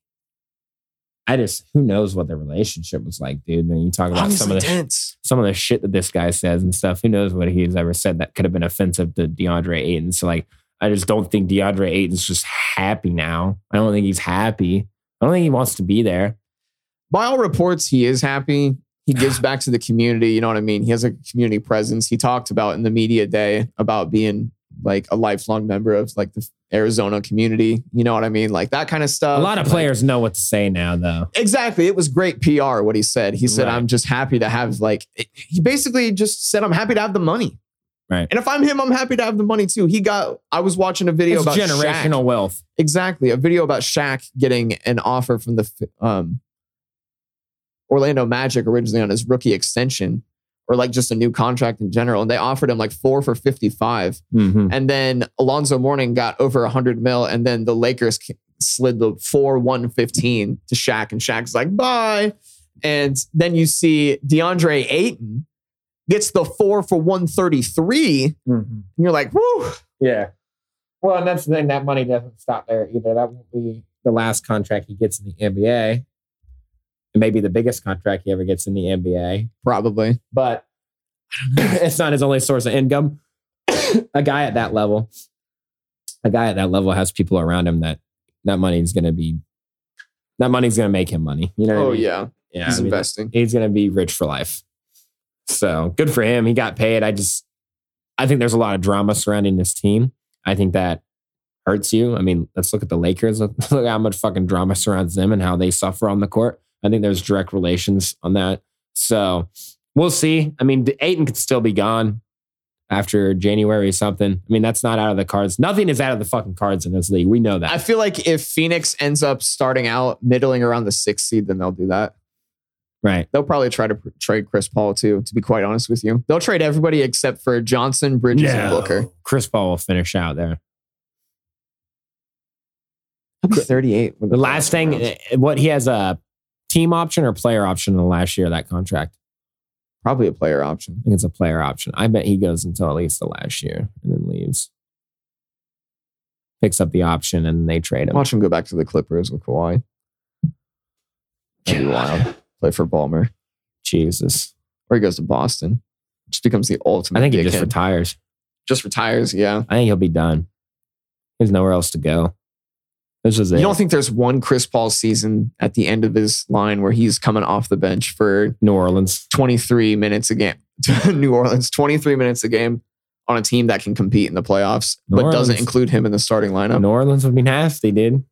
Speaker 3: I just who knows what the relationship was like, dude. And then you talk about some of the
Speaker 4: tense.
Speaker 3: some of the shit that this guy says and stuff. Who knows what he's ever said that could have been offensive to DeAndre Ayton. So like I just don't think DeAndre Ayton's just happy now. I don't think he's happy. I don't think he wants to be there.
Speaker 4: By all reports, he is happy. He gives back to the community. You know what I mean? He has a community presence. He talked about in the media day about being like a lifelong member of like the Arizona community. You know what I mean? Like that kind of stuff.
Speaker 3: A lot of
Speaker 4: Uh, Like-
Speaker 3: players know what to say now though.
Speaker 4: Exactly. It was great PR what he said. He said,
Speaker 3: Right.
Speaker 4: I'm just happy to have like it- he basically just said, I'm happy to have the money.
Speaker 3: Right.
Speaker 4: And if I'm him, I'm happy to have the money too. He got I was watching a video
Speaker 3: It's
Speaker 4: about Shaq.
Speaker 3: generational wealth.
Speaker 4: Exactly. A video about Shaq getting an offer from the um, Orlando Magic originally on his rookie extension or like just a new contract in general. And they offered him like four for 55.
Speaker 3: Mhm.
Speaker 4: And then Alonzo Mourning got over 100 mil. And then the Lakers k- slid the 4 115 to Shaq. And Shaq's like, bye. And then you see DeAndre Ayton gets the four for 133. And you're like, whew.
Speaker 3: Yeah. Well, and that's the thing. That money doesn't stop there either. That won't be the last contract he gets in the NBA. It may be the biggest contract he ever gets in the NBA,
Speaker 4: Probably.
Speaker 3: but <coughs> it's not his only source of income. <coughs> a guy at that level, a guy at that level has people around him that that money is going to be, that money's going to make him money. You know? what I
Speaker 4: Oh,
Speaker 3: mean?
Speaker 4: yeah.
Speaker 3: Yeah.
Speaker 4: He's
Speaker 3: I mean,
Speaker 4: investing.
Speaker 3: he's going to be rich for life. So good for him. He got paid. I just, I think there's a lot of drama surrounding this team. I think that hurts you. I mean, let's look at the Lakers. Look <laughs> look how much fucking drama surrounds them and how they suffer on the court. I think there's direct relations on that. So we'll see. I mean, Aiton could still be gone after January or something. I mean, that's not out of the cards. Nothing is out of the fucking cards in this league. We know that.
Speaker 4: I feel like if Phoenix ends up starting out middling around the sixth seed, then they'll do that.
Speaker 3: right.
Speaker 4: They'll probably try to pr- trade Chris Paul too. To be quite honest with you, they'll trade everybody except for Johnson, Bridges, and Booker.
Speaker 3: Chris Paul will finish out there.
Speaker 4: I'll be thirty-eight.
Speaker 3: The last thing, eh, what he has a team option or player option in the last year of that contract.
Speaker 4: probably a player option.
Speaker 3: I think it's a player option. I bet he goes until at least the last year and then leaves. Picks up the option and they trade him.
Speaker 4: Watch him go back to the Clippers with Kawhi. That'd be wild. Play for Ballmer,
Speaker 3: Jesus.
Speaker 4: or he goes to Boston. Just becomes the ultimate.
Speaker 3: I think he just
Speaker 4: dickhead.
Speaker 3: retires.
Speaker 4: just retires. Yeah.
Speaker 3: I think he'll be done. There's nowhere else to go. This is it.
Speaker 4: You don't think there's one Chris Paul season at the end of his line where he's coming off the bench for
Speaker 3: New Orleans.
Speaker 4: 23 minutes a game. <laughs> New Orleans, 23 minutes a game on a team that can compete in the playoffs,
Speaker 3: New
Speaker 4: but doesn't
Speaker 3: Orleans.
Speaker 4: include him in the starting lineup.
Speaker 3: New Orleans would be nasty, dude.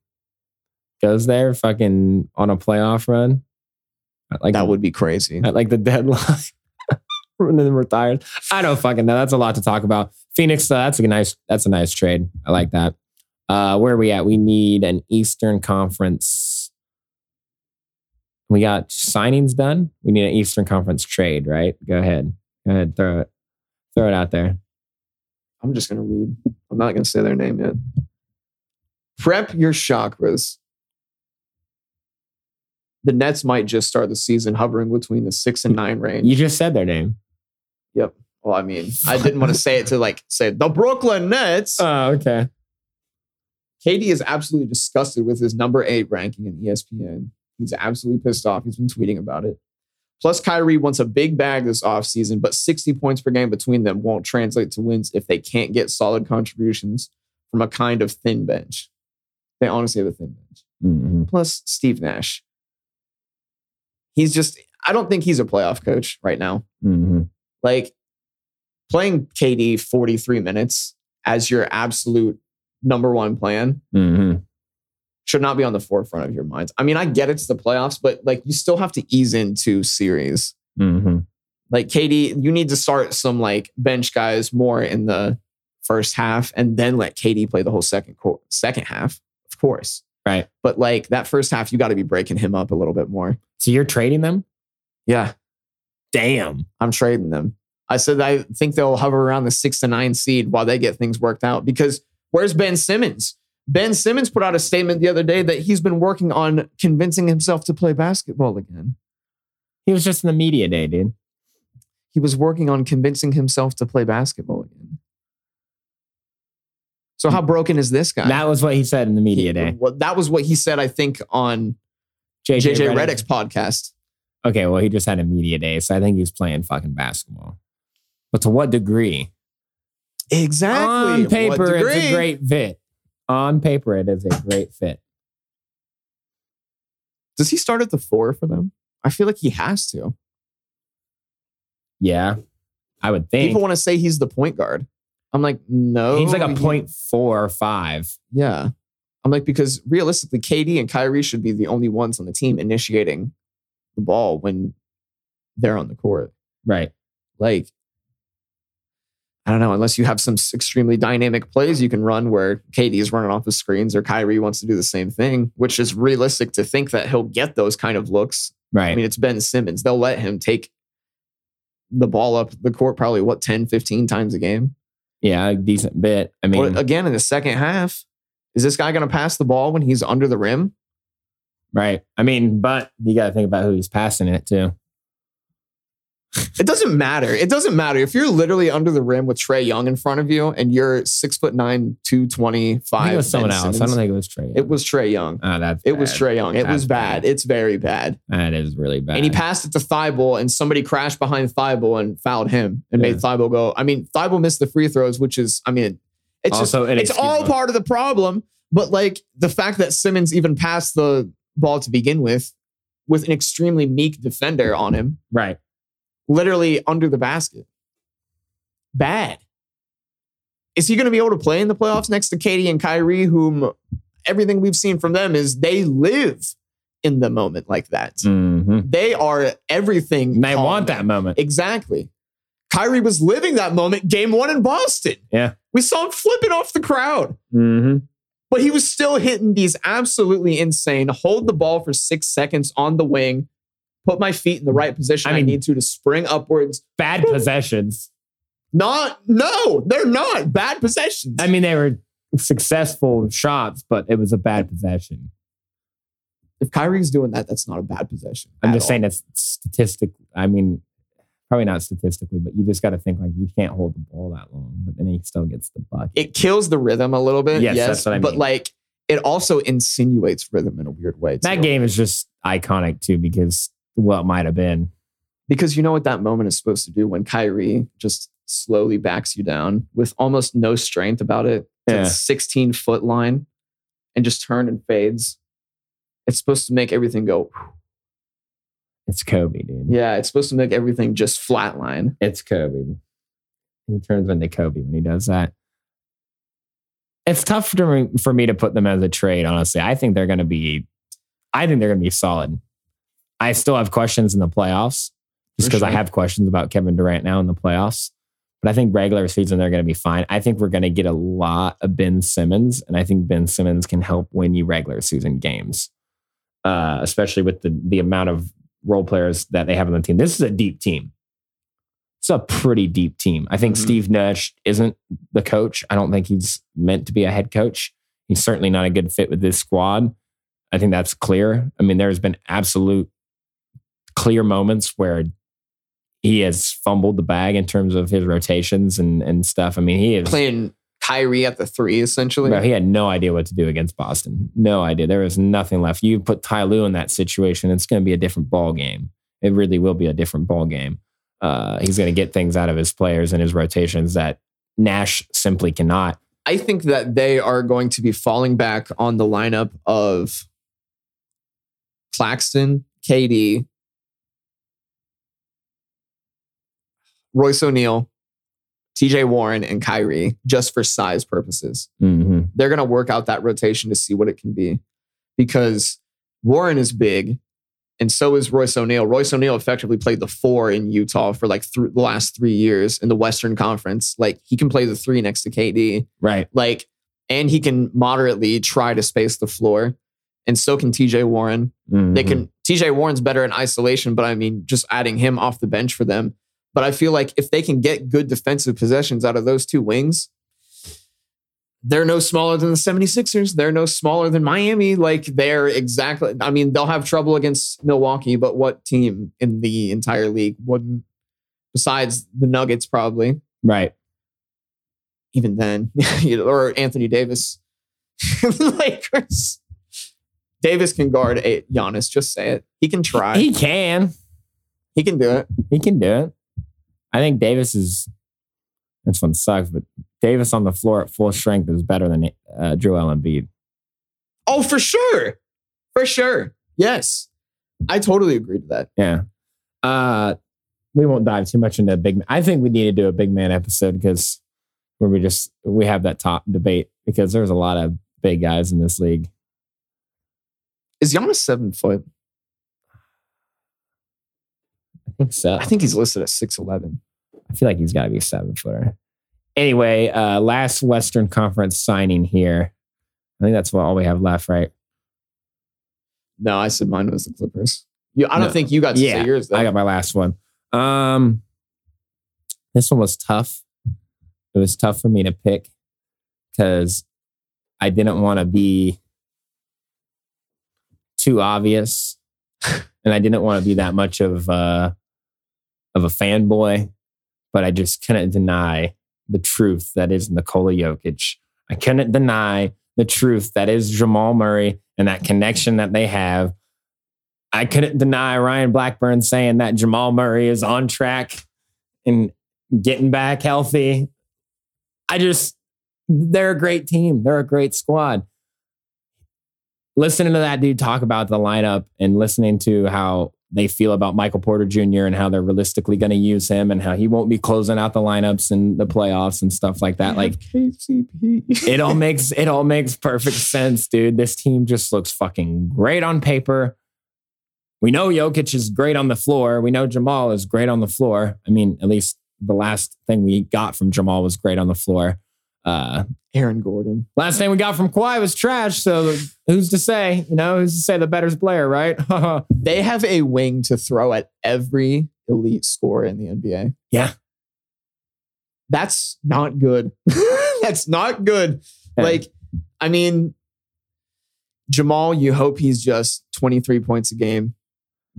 Speaker 3: Goes there fucking on a playoff run. I Like
Speaker 4: That would be crazy.
Speaker 3: at like the deadline <laughs> and then retired. I don't fucking know. That's a lot to talk about. Phoenix, though, that's a nice that's a nice trade. I like that. Uh where are we at? We need an Eastern Conference. We got signings done. We need an Eastern Conference trade, right? Go ahead. Go ahead. Throw it. Throw it out there.
Speaker 4: I'm just going to read. I'm not going to say their name yet. Prep your chakras. The Nets might just start the season hovering between the six and nine range.
Speaker 3: You just said their name.
Speaker 4: well, I mean, I didn't want to say it to like say the Brooklyn Nets.
Speaker 3: Oh, okay.
Speaker 4: KD is absolutely disgusted with his number eight ranking in E ESPN. He's absolutely pissed off. He's been tweeting about it. Plus, Kyrie wants a big bag this offseason, but 60 points per game between them won't translate to wins if they can't get solid contributions from a kind of thin bench. They honestly have a thin bench.
Speaker 3: Mhm.
Speaker 4: Plus Steve Nash. He's just, I don't think he's a playoff coach right now.
Speaker 3: Mhm.
Speaker 4: Like playing KD 43 minutes as your absolute number one plan
Speaker 3: Mhm.
Speaker 4: should not be on the forefront of your minds. I mean, I get it's the playoffs, but like you still have to ease into series. Mm-hmm.
Speaker 3: Mhm.
Speaker 4: Like Katie, you need to start some like bench guys more in the first half, and then let Katie play the whole second quar- second half, of course.
Speaker 3: Right.
Speaker 4: But like that first half, you got to be breaking him up a little bit more.
Speaker 3: So you're trading them?
Speaker 4: Yeah,
Speaker 3: Damn.
Speaker 4: I'm trading them. I said I think they'll hover around the six to nine seed while they get things worked out. Because where's Ben Simmons? Ben Simmons put out a statement the other day that he's been working on convincing himself to play basketball again.
Speaker 3: He was just in the media day, dude.
Speaker 4: he was working on convincing himself to play basketball again. So how broken is this guy?
Speaker 3: That was what he said in the media day.
Speaker 4: Well, that was what he said, I think, on JJ
Speaker 3: Redick.
Speaker 4: Reddick's podcast.
Speaker 3: Okay, well, he just had a media day, so I think he was playing fucking basketball. But to what degree?
Speaker 4: Exactly.
Speaker 3: On
Speaker 4: What
Speaker 3: paper, it's
Speaker 4: degree?
Speaker 3: a great fit. On paper, it is a great fit.
Speaker 4: Does he start at the four for them? I feel like he has to.
Speaker 3: Yeah, I would think.
Speaker 4: People want to say he's the point guard. I'm like, no.
Speaker 3: He's like a
Speaker 4: he-
Speaker 3: point four or five.
Speaker 4: Yeah. I'm like, because realistically, KD and Kyrie should be the only ones on the team initiating the ball when they're on the court.
Speaker 3: Right.
Speaker 4: like I don't know, unless you have some extremely dynamic plays you can run where KD is running off the screens or Kyrie wants to do the same thing, which is realistic to think that he'll get those kind of looks.
Speaker 3: Right.
Speaker 4: I mean, it's Ben Simmons. They'll let him take the ball up the court probably, what, 10, 15 times a game?
Speaker 3: yeah, a decent bit. I mean,
Speaker 4: But again, in the second half, is this guy going to pass the ball when he's under the rim?
Speaker 3: right. I mean, but you got to think about who he's passing it to.
Speaker 4: It doesn't matter. It doesn't matter. If you're literally under the rim with Trey Young in front of you and you're six foot nine, 225.
Speaker 3: I think it was
Speaker 4: Ben
Speaker 3: someone else. I
Speaker 4: Simmons,
Speaker 3: don't think it was Trey.
Speaker 4: It was Trey Young.
Speaker 3: Oh, that's
Speaker 4: It was
Speaker 3: bad.
Speaker 4: Trey Young. It was
Speaker 3: That's
Speaker 4: bad.
Speaker 3: bad.
Speaker 4: It's very bad.
Speaker 3: That is really bad.
Speaker 4: And he passed it to Thibault, and somebody crashed behind Thibault and fouled him and
Speaker 3: Yeah.
Speaker 4: made Thibault go. I mean, Thibault missed the free throws, which is, I mean, it's just,
Speaker 3: Also
Speaker 4: it's all
Speaker 3: inexcusable.
Speaker 4: part of the problem. But like the fact that Simmons even passed the ball to begin with, with an extremely meek defender on him,
Speaker 3: right.
Speaker 4: literally under the basket. Bad. Is he going to be able to play in the playoffs next to Katie and Kyrie, whom everything we've seen from them is they live in the moment like that?
Speaker 3: Mm-hmm.
Speaker 4: They are everything.
Speaker 3: They
Speaker 4: calm.
Speaker 3: want that moment.
Speaker 4: Exactly. Kyrie was living that moment game one in Boston.
Speaker 3: Yeah.
Speaker 4: We saw him flipping off the crowd,
Speaker 3: Mm-hmm.
Speaker 4: but he was still hitting these absolutely insane hold the ball for six seconds on the wing, put my feet in the right position
Speaker 3: I
Speaker 4: I
Speaker 3: mean-
Speaker 4: need to to spring upwards, <laughs>
Speaker 3: Bad possessions.
Speaker 4: Not no, they're not bad possessions.
Speaker 3: I mean, they were successful shots, but it was a bad possession.
Speaker 4: if Kyrie's doing that, that's not a bad possession.
Speaker 3: I'm
Speaker 4: at
Speaker 3: just
Speaker 4: all.
Speaker 3: saying that's statistic. I mean, probably not statistically, but you just got to think like you can't hold the ball that long, but then he still gets the bucket.
Speaker 4: it kills the rhythm a little bit.
Speaker 3: Yes,
Speaker 4: Yes,
Speaker 3: that's what I
Speaker 4: but
Speaker 3: mean.
Speaker 4: like it also insinuates rhythm in a weird way.
Speaker 3: that
Speaker 4: too.
Speaker 3: game is just iconic too because what might have been.
Speaker 4: because you know what that moment is supposed to do when Kyrie just slowly backs you down with almost no strength about it to
Speaker 3: Yeah.
Speaker 4: the 16 foot line and just turn and fades. It's supposed to make everything go.
Speaker 3: It's Kobe, dude.
Speaker 4: Yeah, it's supposed to make everything just flatline.
Speaker 3: It's Kobe. He turns into Kobe when he does that. It's tough for me, for me to put them as a trade, honestly. I think they're going to be, I think they're going to be solid. I still have questions in the playoffs just
Speaker 4: For
Speaker 3: because I
Speaker 4: sure.
Speaker 3: have questions about Kevin Durant now in the playoffs. But I think regular season, they're going to be fine. I think we're going to get a lot of Ben Simmons, and I think Ben Simmons can help win you regular season games, uh, especially with the, the amount of role players that they have on the team. This is a deep team it's a pretty deep team. I think
Speaker 4: Mhm.
Speaker 3: Steve Nash isn't the coach. I don't think he's meant to be a head coach. He's certainly not a good fit with this squad. I think that's clear. I mean, there's been absolute clear moments where he has fumbled the bag in terms of his rotations and, and stuff. I mean, he is
Speaker 4: Playing Kyrie at the three, essentially.
Speaker 3: Bro, he had no idea what to do against Boston. No idea. There was nothing left. You put Ty Lue in that situation, it's going to be a different ball game. It really will be a different ball game. Uh, he's going to get things out of his players and his rotations that Nash simply cannot.
Speaker 4: I think that they are going to be falling back on the lineup of Claxton, KD, Royce O'Neal, TJ Warren, and Kyrie just for size purposes.
Speaker 3: Mm-hmm.
Speaker 4: They're going to work out that rotation to see what it can be because Warren is big and so is Royce O'Neal. Royce O'Neal effectively played the four in Utah for like th- the last three years in the Western Conference. Like he can play the three next to KD.
Speaker 3: Right.
Speaker 4: Like, and he can moderately try to space the floor. And so can TJ Warren.
Speaker 3: Mm-hmm.
Speaker 4: They can TJ Warren's better in isolation, but I mean just adding him off the bench for them. But I feel like if they can get good defensive possessions out of those two wings, they're no smaller than the 76ers. They're no smaller than Miami. Like they're exactly I mean, they'll have trouble against Milwaukee, but what team in the entire league wouldn't besides the Nuggets probably,
Speaker 3: Right.
Speaker 4: even then, <laughs> you know, or Anthony Davis. <laughs> Lakers. Davis can guard a Giannis, just say it. He can try.
Speaker 3: He can.
Speaker 4: He can do it.
Speaker 3: He can do it. I think Davis is. This one sucks, but Davis on the floor at full strength is better than uh, Joel Embiid.
Speaker 4: Oh, for sure. For sure. Yes. I totally agree to that.
Speaker 3: Yeah. Uh, we won't dive too much into big. I think we need to do a big man episode because where we just we have that top debate because there's a lot of big guys in this league.
Speaker 4: Is Giannis seven foot?
Speaker 3: I think so.
Speaker 4: I think he's listed at 6'11.
Speaker 3: I feel like he's got to be a seven footer. Anyway, uh, last Western Conference signing here. I think that's what all we have left, right?
Speaker 4: No, I said mine was the Clippers. You, I don't
Speaker 3: No.
Speaker 4: think you got to
Speaker 3: Yeah,
Speaker 4: say yours, though.
Speaker 3: I got my last one. Um, this one was tough. It was tough for me to pick because I didn't want to be too obvious, and I didn't want to be that much of uh, of a fanboy. But I just couldn't deny the truth that is Nikola Jokic. I couldn't deny the truth that is Jamal Murray and that connection that they have. I couldn't deny Ryan Blackburn saying that Jamal Murray is on track and getting back healthy. I just, they're a great team. They're a great squad. Listening to that dude talk about the lineup and listening to how they feel about Michael Porter Jr. and how they're realistically going to use him and how he won't be closing out the lineups and the playoffs and stuff like that. Like,
Speaker 4: KCP.
Speaker 3: it all makes it all makes perfect sense, dude. This team just looks fucking great on paper. We know Jokic is great on the floor. We know Jamal is great on the floor. I mean, at least the last thing we got from Jamal was great on the floor. Uh,
Speaker 4: <laughs> Aaron Gordon.
Speaker 3: last thing we got from Kawhi was trash. So who's to say? You know, who's to say the better's Blair, right? <laughs>
Speaker 4: They have a wing to throw at every elite scorer in the NBA.
Speaker 3: Yeah.
Speaker 4: That's not good. <laughs> That's not good. Like, I mean, Jamal, you hope he's just 23 points a game.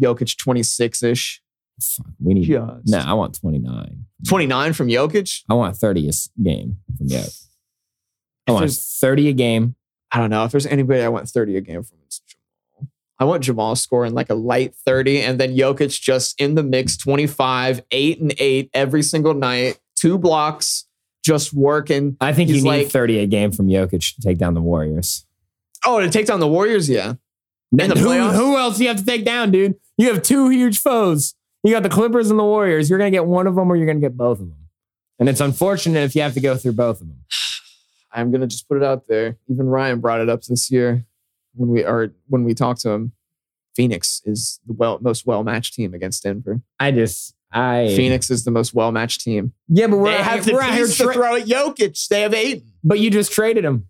Speaker 4: Jokic 26 ish.
Speaker 3: Fuck, we need.
Speaker 4: Just
Speaker 3: No, I want twenty nine.
Speaker 4: 29 from Jokic.
Speaker 3: I want thirty a s- game from Jokic. I
Speaker 4: If
Speaker 3: want
Speaker 4: there's-
Speaker 3: thirty a game.
Speaker 4: I don't know. If there's anybody I want 30 a game from, it's Jamal. I want Jamal scoring like a light 30 and then Jokic just in the mix 25, 8 and 8 every single night, two blocks, just working.
Speaker 3: I think
Speaker 4: He's
Speaker 3: you need
Speaker 4: like-
Speaker 3: 30 a game from Jokic to take down the Warriors.
Speaker 4: Oh, to take down the Warriors? Yeah. In the
Speaker 3: who,
Speaker 4: playoffs?
Speaker 3: who else do you have to take down, dude? You have two huge foes. You got the Clippers and the Warriors. You're going to get one of them or you're going to get both of them. And it's unfortunate if you have to go through both of them.
Speaker 4: I'm gonna just put it out there. Even Ryan brought it up this year when we are when we talked to him. Phoenix is the well most well matched team against Denver.
Speaker 3: I just, I.
Speaker 4: Phoenix is the most well matched team.
Speaker 3: Yeah, but we're
Speaker 4: they
Speaker 3: out here-
Speaker 4: have the
Speaker 3: we're out here
Speaker 4: piece to
Speaker 3: tra-
Speaker 4: throw at Jokic. They have Aiden.
Speaker 3: But you just traded him.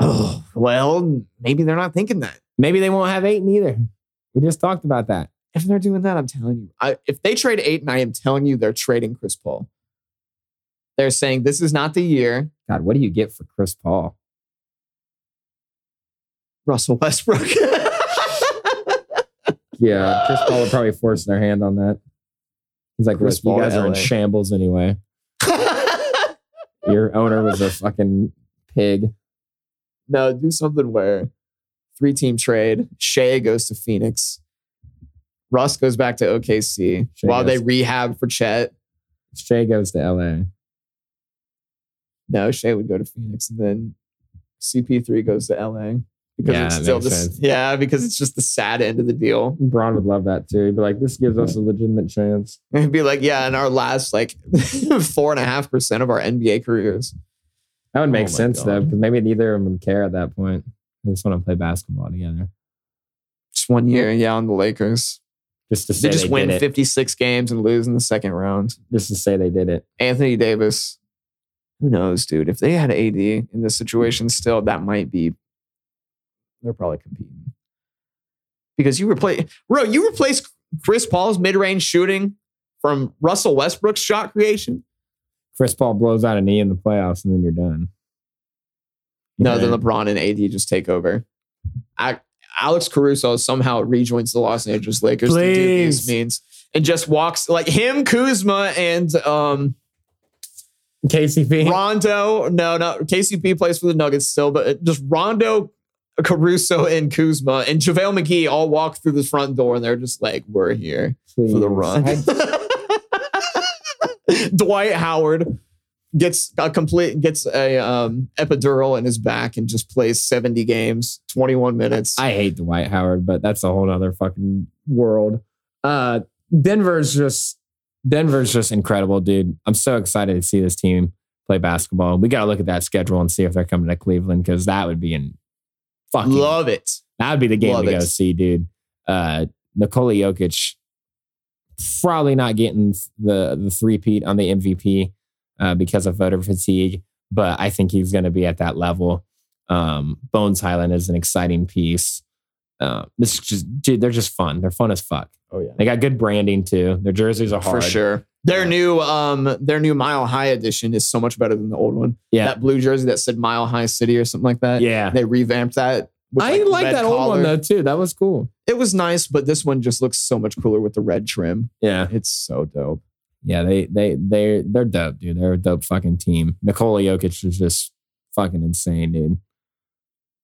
Speaker 4: Oh well, maybe they're not thinking that.
Speaker 3: Maybe they won't have eight either. We just talked about that.
Speaker 4: If they're doing that, I'm telling you. I, if they trade Aiden, I am telling you they're trading Chris Paul. They're saying this is not the year.
Speaker 3: God, what do you get for Chris Paul?
Speaker 4: Russell Westbrook. <laughs>
Speaker 3: Yeah, Chris Paul would probably force their hand on that. He's like,
Speaker 4: Chris
Speaker 3: "Look, you
Speaker 4: Paul,
Speaker 3: guys are in
Speaker 4: LA.
Speaker 3: shambles anyway. Your owner was a fucking pig.
Speaker 4: No, do something where three team trade. Shea goes to Phoenix. Russ goes back to OKC
Speaker 3: Shea
Speaker 4: while they
Speaker 3: goes-
Speaker 4: rehab for Chet.
Speaker 3: Shay goes to LA.
Speaker 4: No, Shea would go to Phoenix, and then CP3 goes to LA because
Speaker 3: Yeah,
Speaker 4: it's
Speaker 3: that
Speaker 4: still
Speaker 3: makes
Speaker 4: the,
Speaker 3: sense.
Speaker 4: yeah because it's just the sad end of the deal.
Speaker 3: Braun would love that too. He'd be like, this gives us a legitimate chance.
Speaker 4: And It'd be like, yeah, in our last like <laughs> four and a half percent of our NBA careers.
Speaker 3: That would make
Speaker 4: Oh my
Speaker 3: sense though,
Speaker 4: God.
Speaker 3: because maybe neither of them would care at that point. They just want to play basketball together.
Speaker 4: Just one year, yeah, on the Lakers.
Speaker 3: Just to
Speaker 4: They
Speaker 3: say they,
Speaker 4: just win
Speaker 3: did it.
Speaker 4: 56 games and lose in the second round.
Speaker 3: Just to say they did it.
Speaker 4: Anthony Davis, who knows, dude? If they had AD in this situation still, that might be, they're probably competing. Because you replace, bro, you replace Chris Paul's mid range shooting from Russell Westbrook's shot creation.
Speaker 3: Chris Paul blows out a knee in the playoffs, and then you're done.
Speaker 4: No,
Speaker 3: Yeah.
Speaker 4: then LeBron and AD just take over. I, Alex Caruso somehow rejoins the Los Angeles Lakers through
Speaker 3: Please.
Speaker 4: these means and just walks like him, Kuzma, and um,
Speaker 3: KCP.
Speaker 4: Rondo. No, no, KCP plays for the Nuggets still, but it- just Rondo, Caruso, and Kuzma and JaVale McGee all walk through the front door and they're just like, we're here
Speaker 3: please.
Speaker 4: for the run.
Speaker 3: I- <laughs>
Speaker 4: Dwight Howard gets a complete gets a um, epidural in his back and just plays 70 games, 21 minutes.
Speaker 3: I hate Dwight Howard, but that's a whole other fucking world. Uh, Denver's just Denver's just incredible, dude. I'm so excited to see this team play basketball. We got to look at that schedule and see if they're coming to Cleveland because that would be in fucking
Speaker 4: love it.
Speaker 3: that would be the game
Speaker 4: love
Speaker 3: to go
Speaker 4: it.
Speaker 3: see, dude. Uh, Nikola Jokic probably not getting the the three peat on the MVP uh, because of voter fatigue, but I think he's going to be at that level. Um, Bones Highland is an exciting piece. Uh, this is just dude, they're just fun. They're fun as fuck.
Speaker 4: Oh yeah.
Speaker 3: They got good branding too. Their jerseys are hard
Speaker 4: For sure. Their new um their new Mile High edition is so much better than the old one.
Speaker 3: Yeah,
Speaker 4: That blue jersey that said Mile High City or something like that.
Speaker 3: yeah.
Speaker 4: They revamped that. with,
Speaker 3: I like
Speaker 4: red
Speaker 3: that old one
Speaker 4: collar.
Speaker 3: though too. That was cool.
Speaker 4: It was nice, but this one just looks so much cooler with the red trim.
Speaker 3: Yeah.
Speaker 4: It's so dope.
Speaker 3: Yeah, they they they they're dope, dude. They're a dope fucking team. Nikola Jokic is just fucking insane, dude.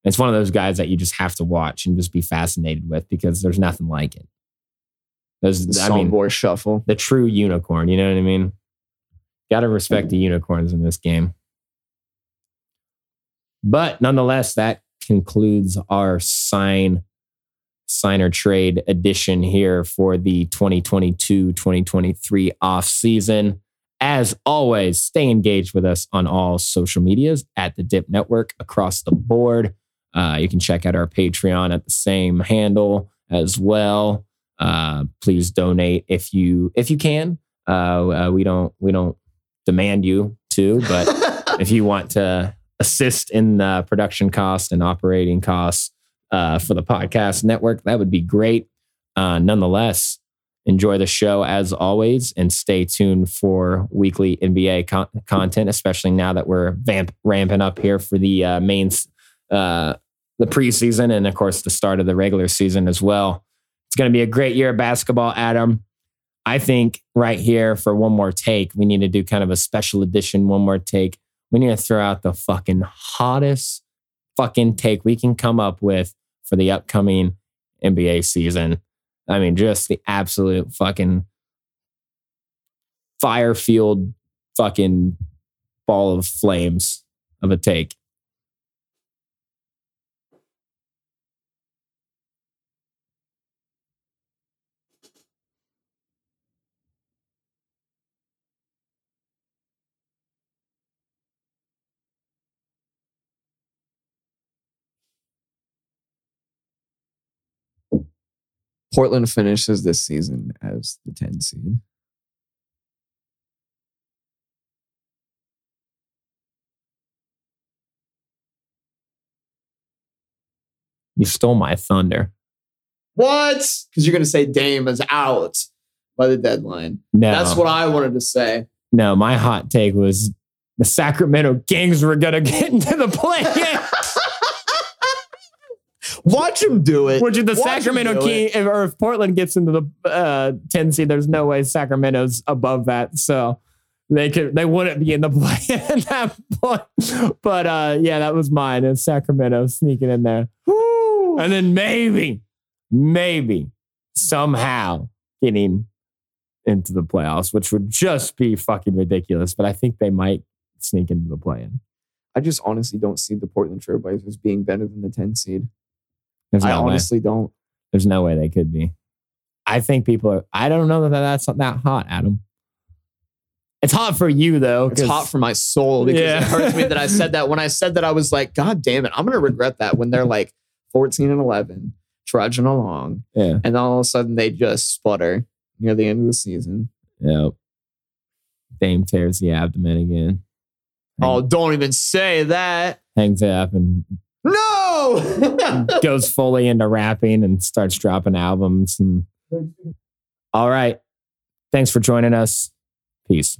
Speaker 3: It's one of those guys that you just have to watch and just be fascinated with because there's nothing like it. There's,
Speaker 4: The
Speaker 3: I
Speaker 4: Song
Speaker 3: mean,
Speaker 4: Boy Shuffle.
Speaker 3: the true unicorn. You know what I mean? Got to respect the unicorns in this game. But nonetheless, that concludes our sign sign or trade edition here for the 2022-2023 off season. As always, stay engaged with us on all social medias at the Dip Network across the board. Uh, you can check out our Patreon at the same handle as well uh, please donate if you if you can. Uh, uh, we don't we don't demand you to,
Speaker 4: <laughs>
Speaker 3: but if you want to assist in uh, production costs and operating costs uh, for the podcast network, that would be great. Uh, nonetheless, enjoy the show as always, and stay tuned for weekly NBA con- content, especially now that we're vamp- ramping up here for the uh, main. s- Uh, the preseason and of course the start of the regular season as well. It's going to be a great year of basketball, Adam. I think right here for one more take, we need to do kind of a special edition, one more take. We need to throw out the fucking hottest fucking take we can come up with for the upcoming NBA season. I mean, just the absolute fucking fire field fucking ball of flames of a take.
Speaker 4: Portland finishes this season as the 10 seed.
Speaker 3: You stole my thunder.
Speaker 4: What? Because you're gonna say Dame is out by the deadline.
Speaker 3: No.
Speaker 4: That's what I wanted to say.
Speaker 3: No, my hot take was the Sacramento Kings were gonna get into the play.
Speaker 4: Watch him do it.
Speaker 3: Which if the
Speaker 4: Watch him
Speaker 3: Sacramento
Speaker 4: do
Speaker 3: King,
Speaker 4: it.
Speaker 3: if, or if Portland gets into the uh, ten seed, there's no way Sacramento's above that. So they could, they wouldn't be in the <laughs> play at that point. But uh, yeah, that was mine. And Sacramento sneaking in there, and then maybe, maybe somehow getting into the playoffs, which would just be fucking ridiculous. But I think they might sneak into the play-in.
Speaker 4: I just honestly don't see the Portland Trailblazers being better than the 10 seed.
Speaker 3: There's
Speaker 4: I
Speaker 3: no way.
Speaker 4: honestly don't.
Speaker 3: There's no way they could be. I think people are. I don't know that that's not that hot, Adam. It's hot for you though.
Speaker 4: It's
Speaker 3: 'cause-
Speaker 4: hot for my soul because
Speaker 3: Yeah.
Speaker 4: it hurts me that <laughs> I said that. When I said that, I was like, God damn it, I'm gonna regret that when they're like 14 and 11, trudging along,
Speaker 3: yeah,
Speaker 4: and all of a sudden they just sputter near the end of the season.
Speaker 3: yeah. Dame tears the abdomen again.
Speaker 4: Oh, don't even say that.
Speaker 3: hangs it up
Speaker 4: <laughs>
Speaker 3: and
Speaker 4: No. <laughs>
Speaker 3: goes fully into rapping and starts dropping albums. And all right, thanks for joining us. Peace.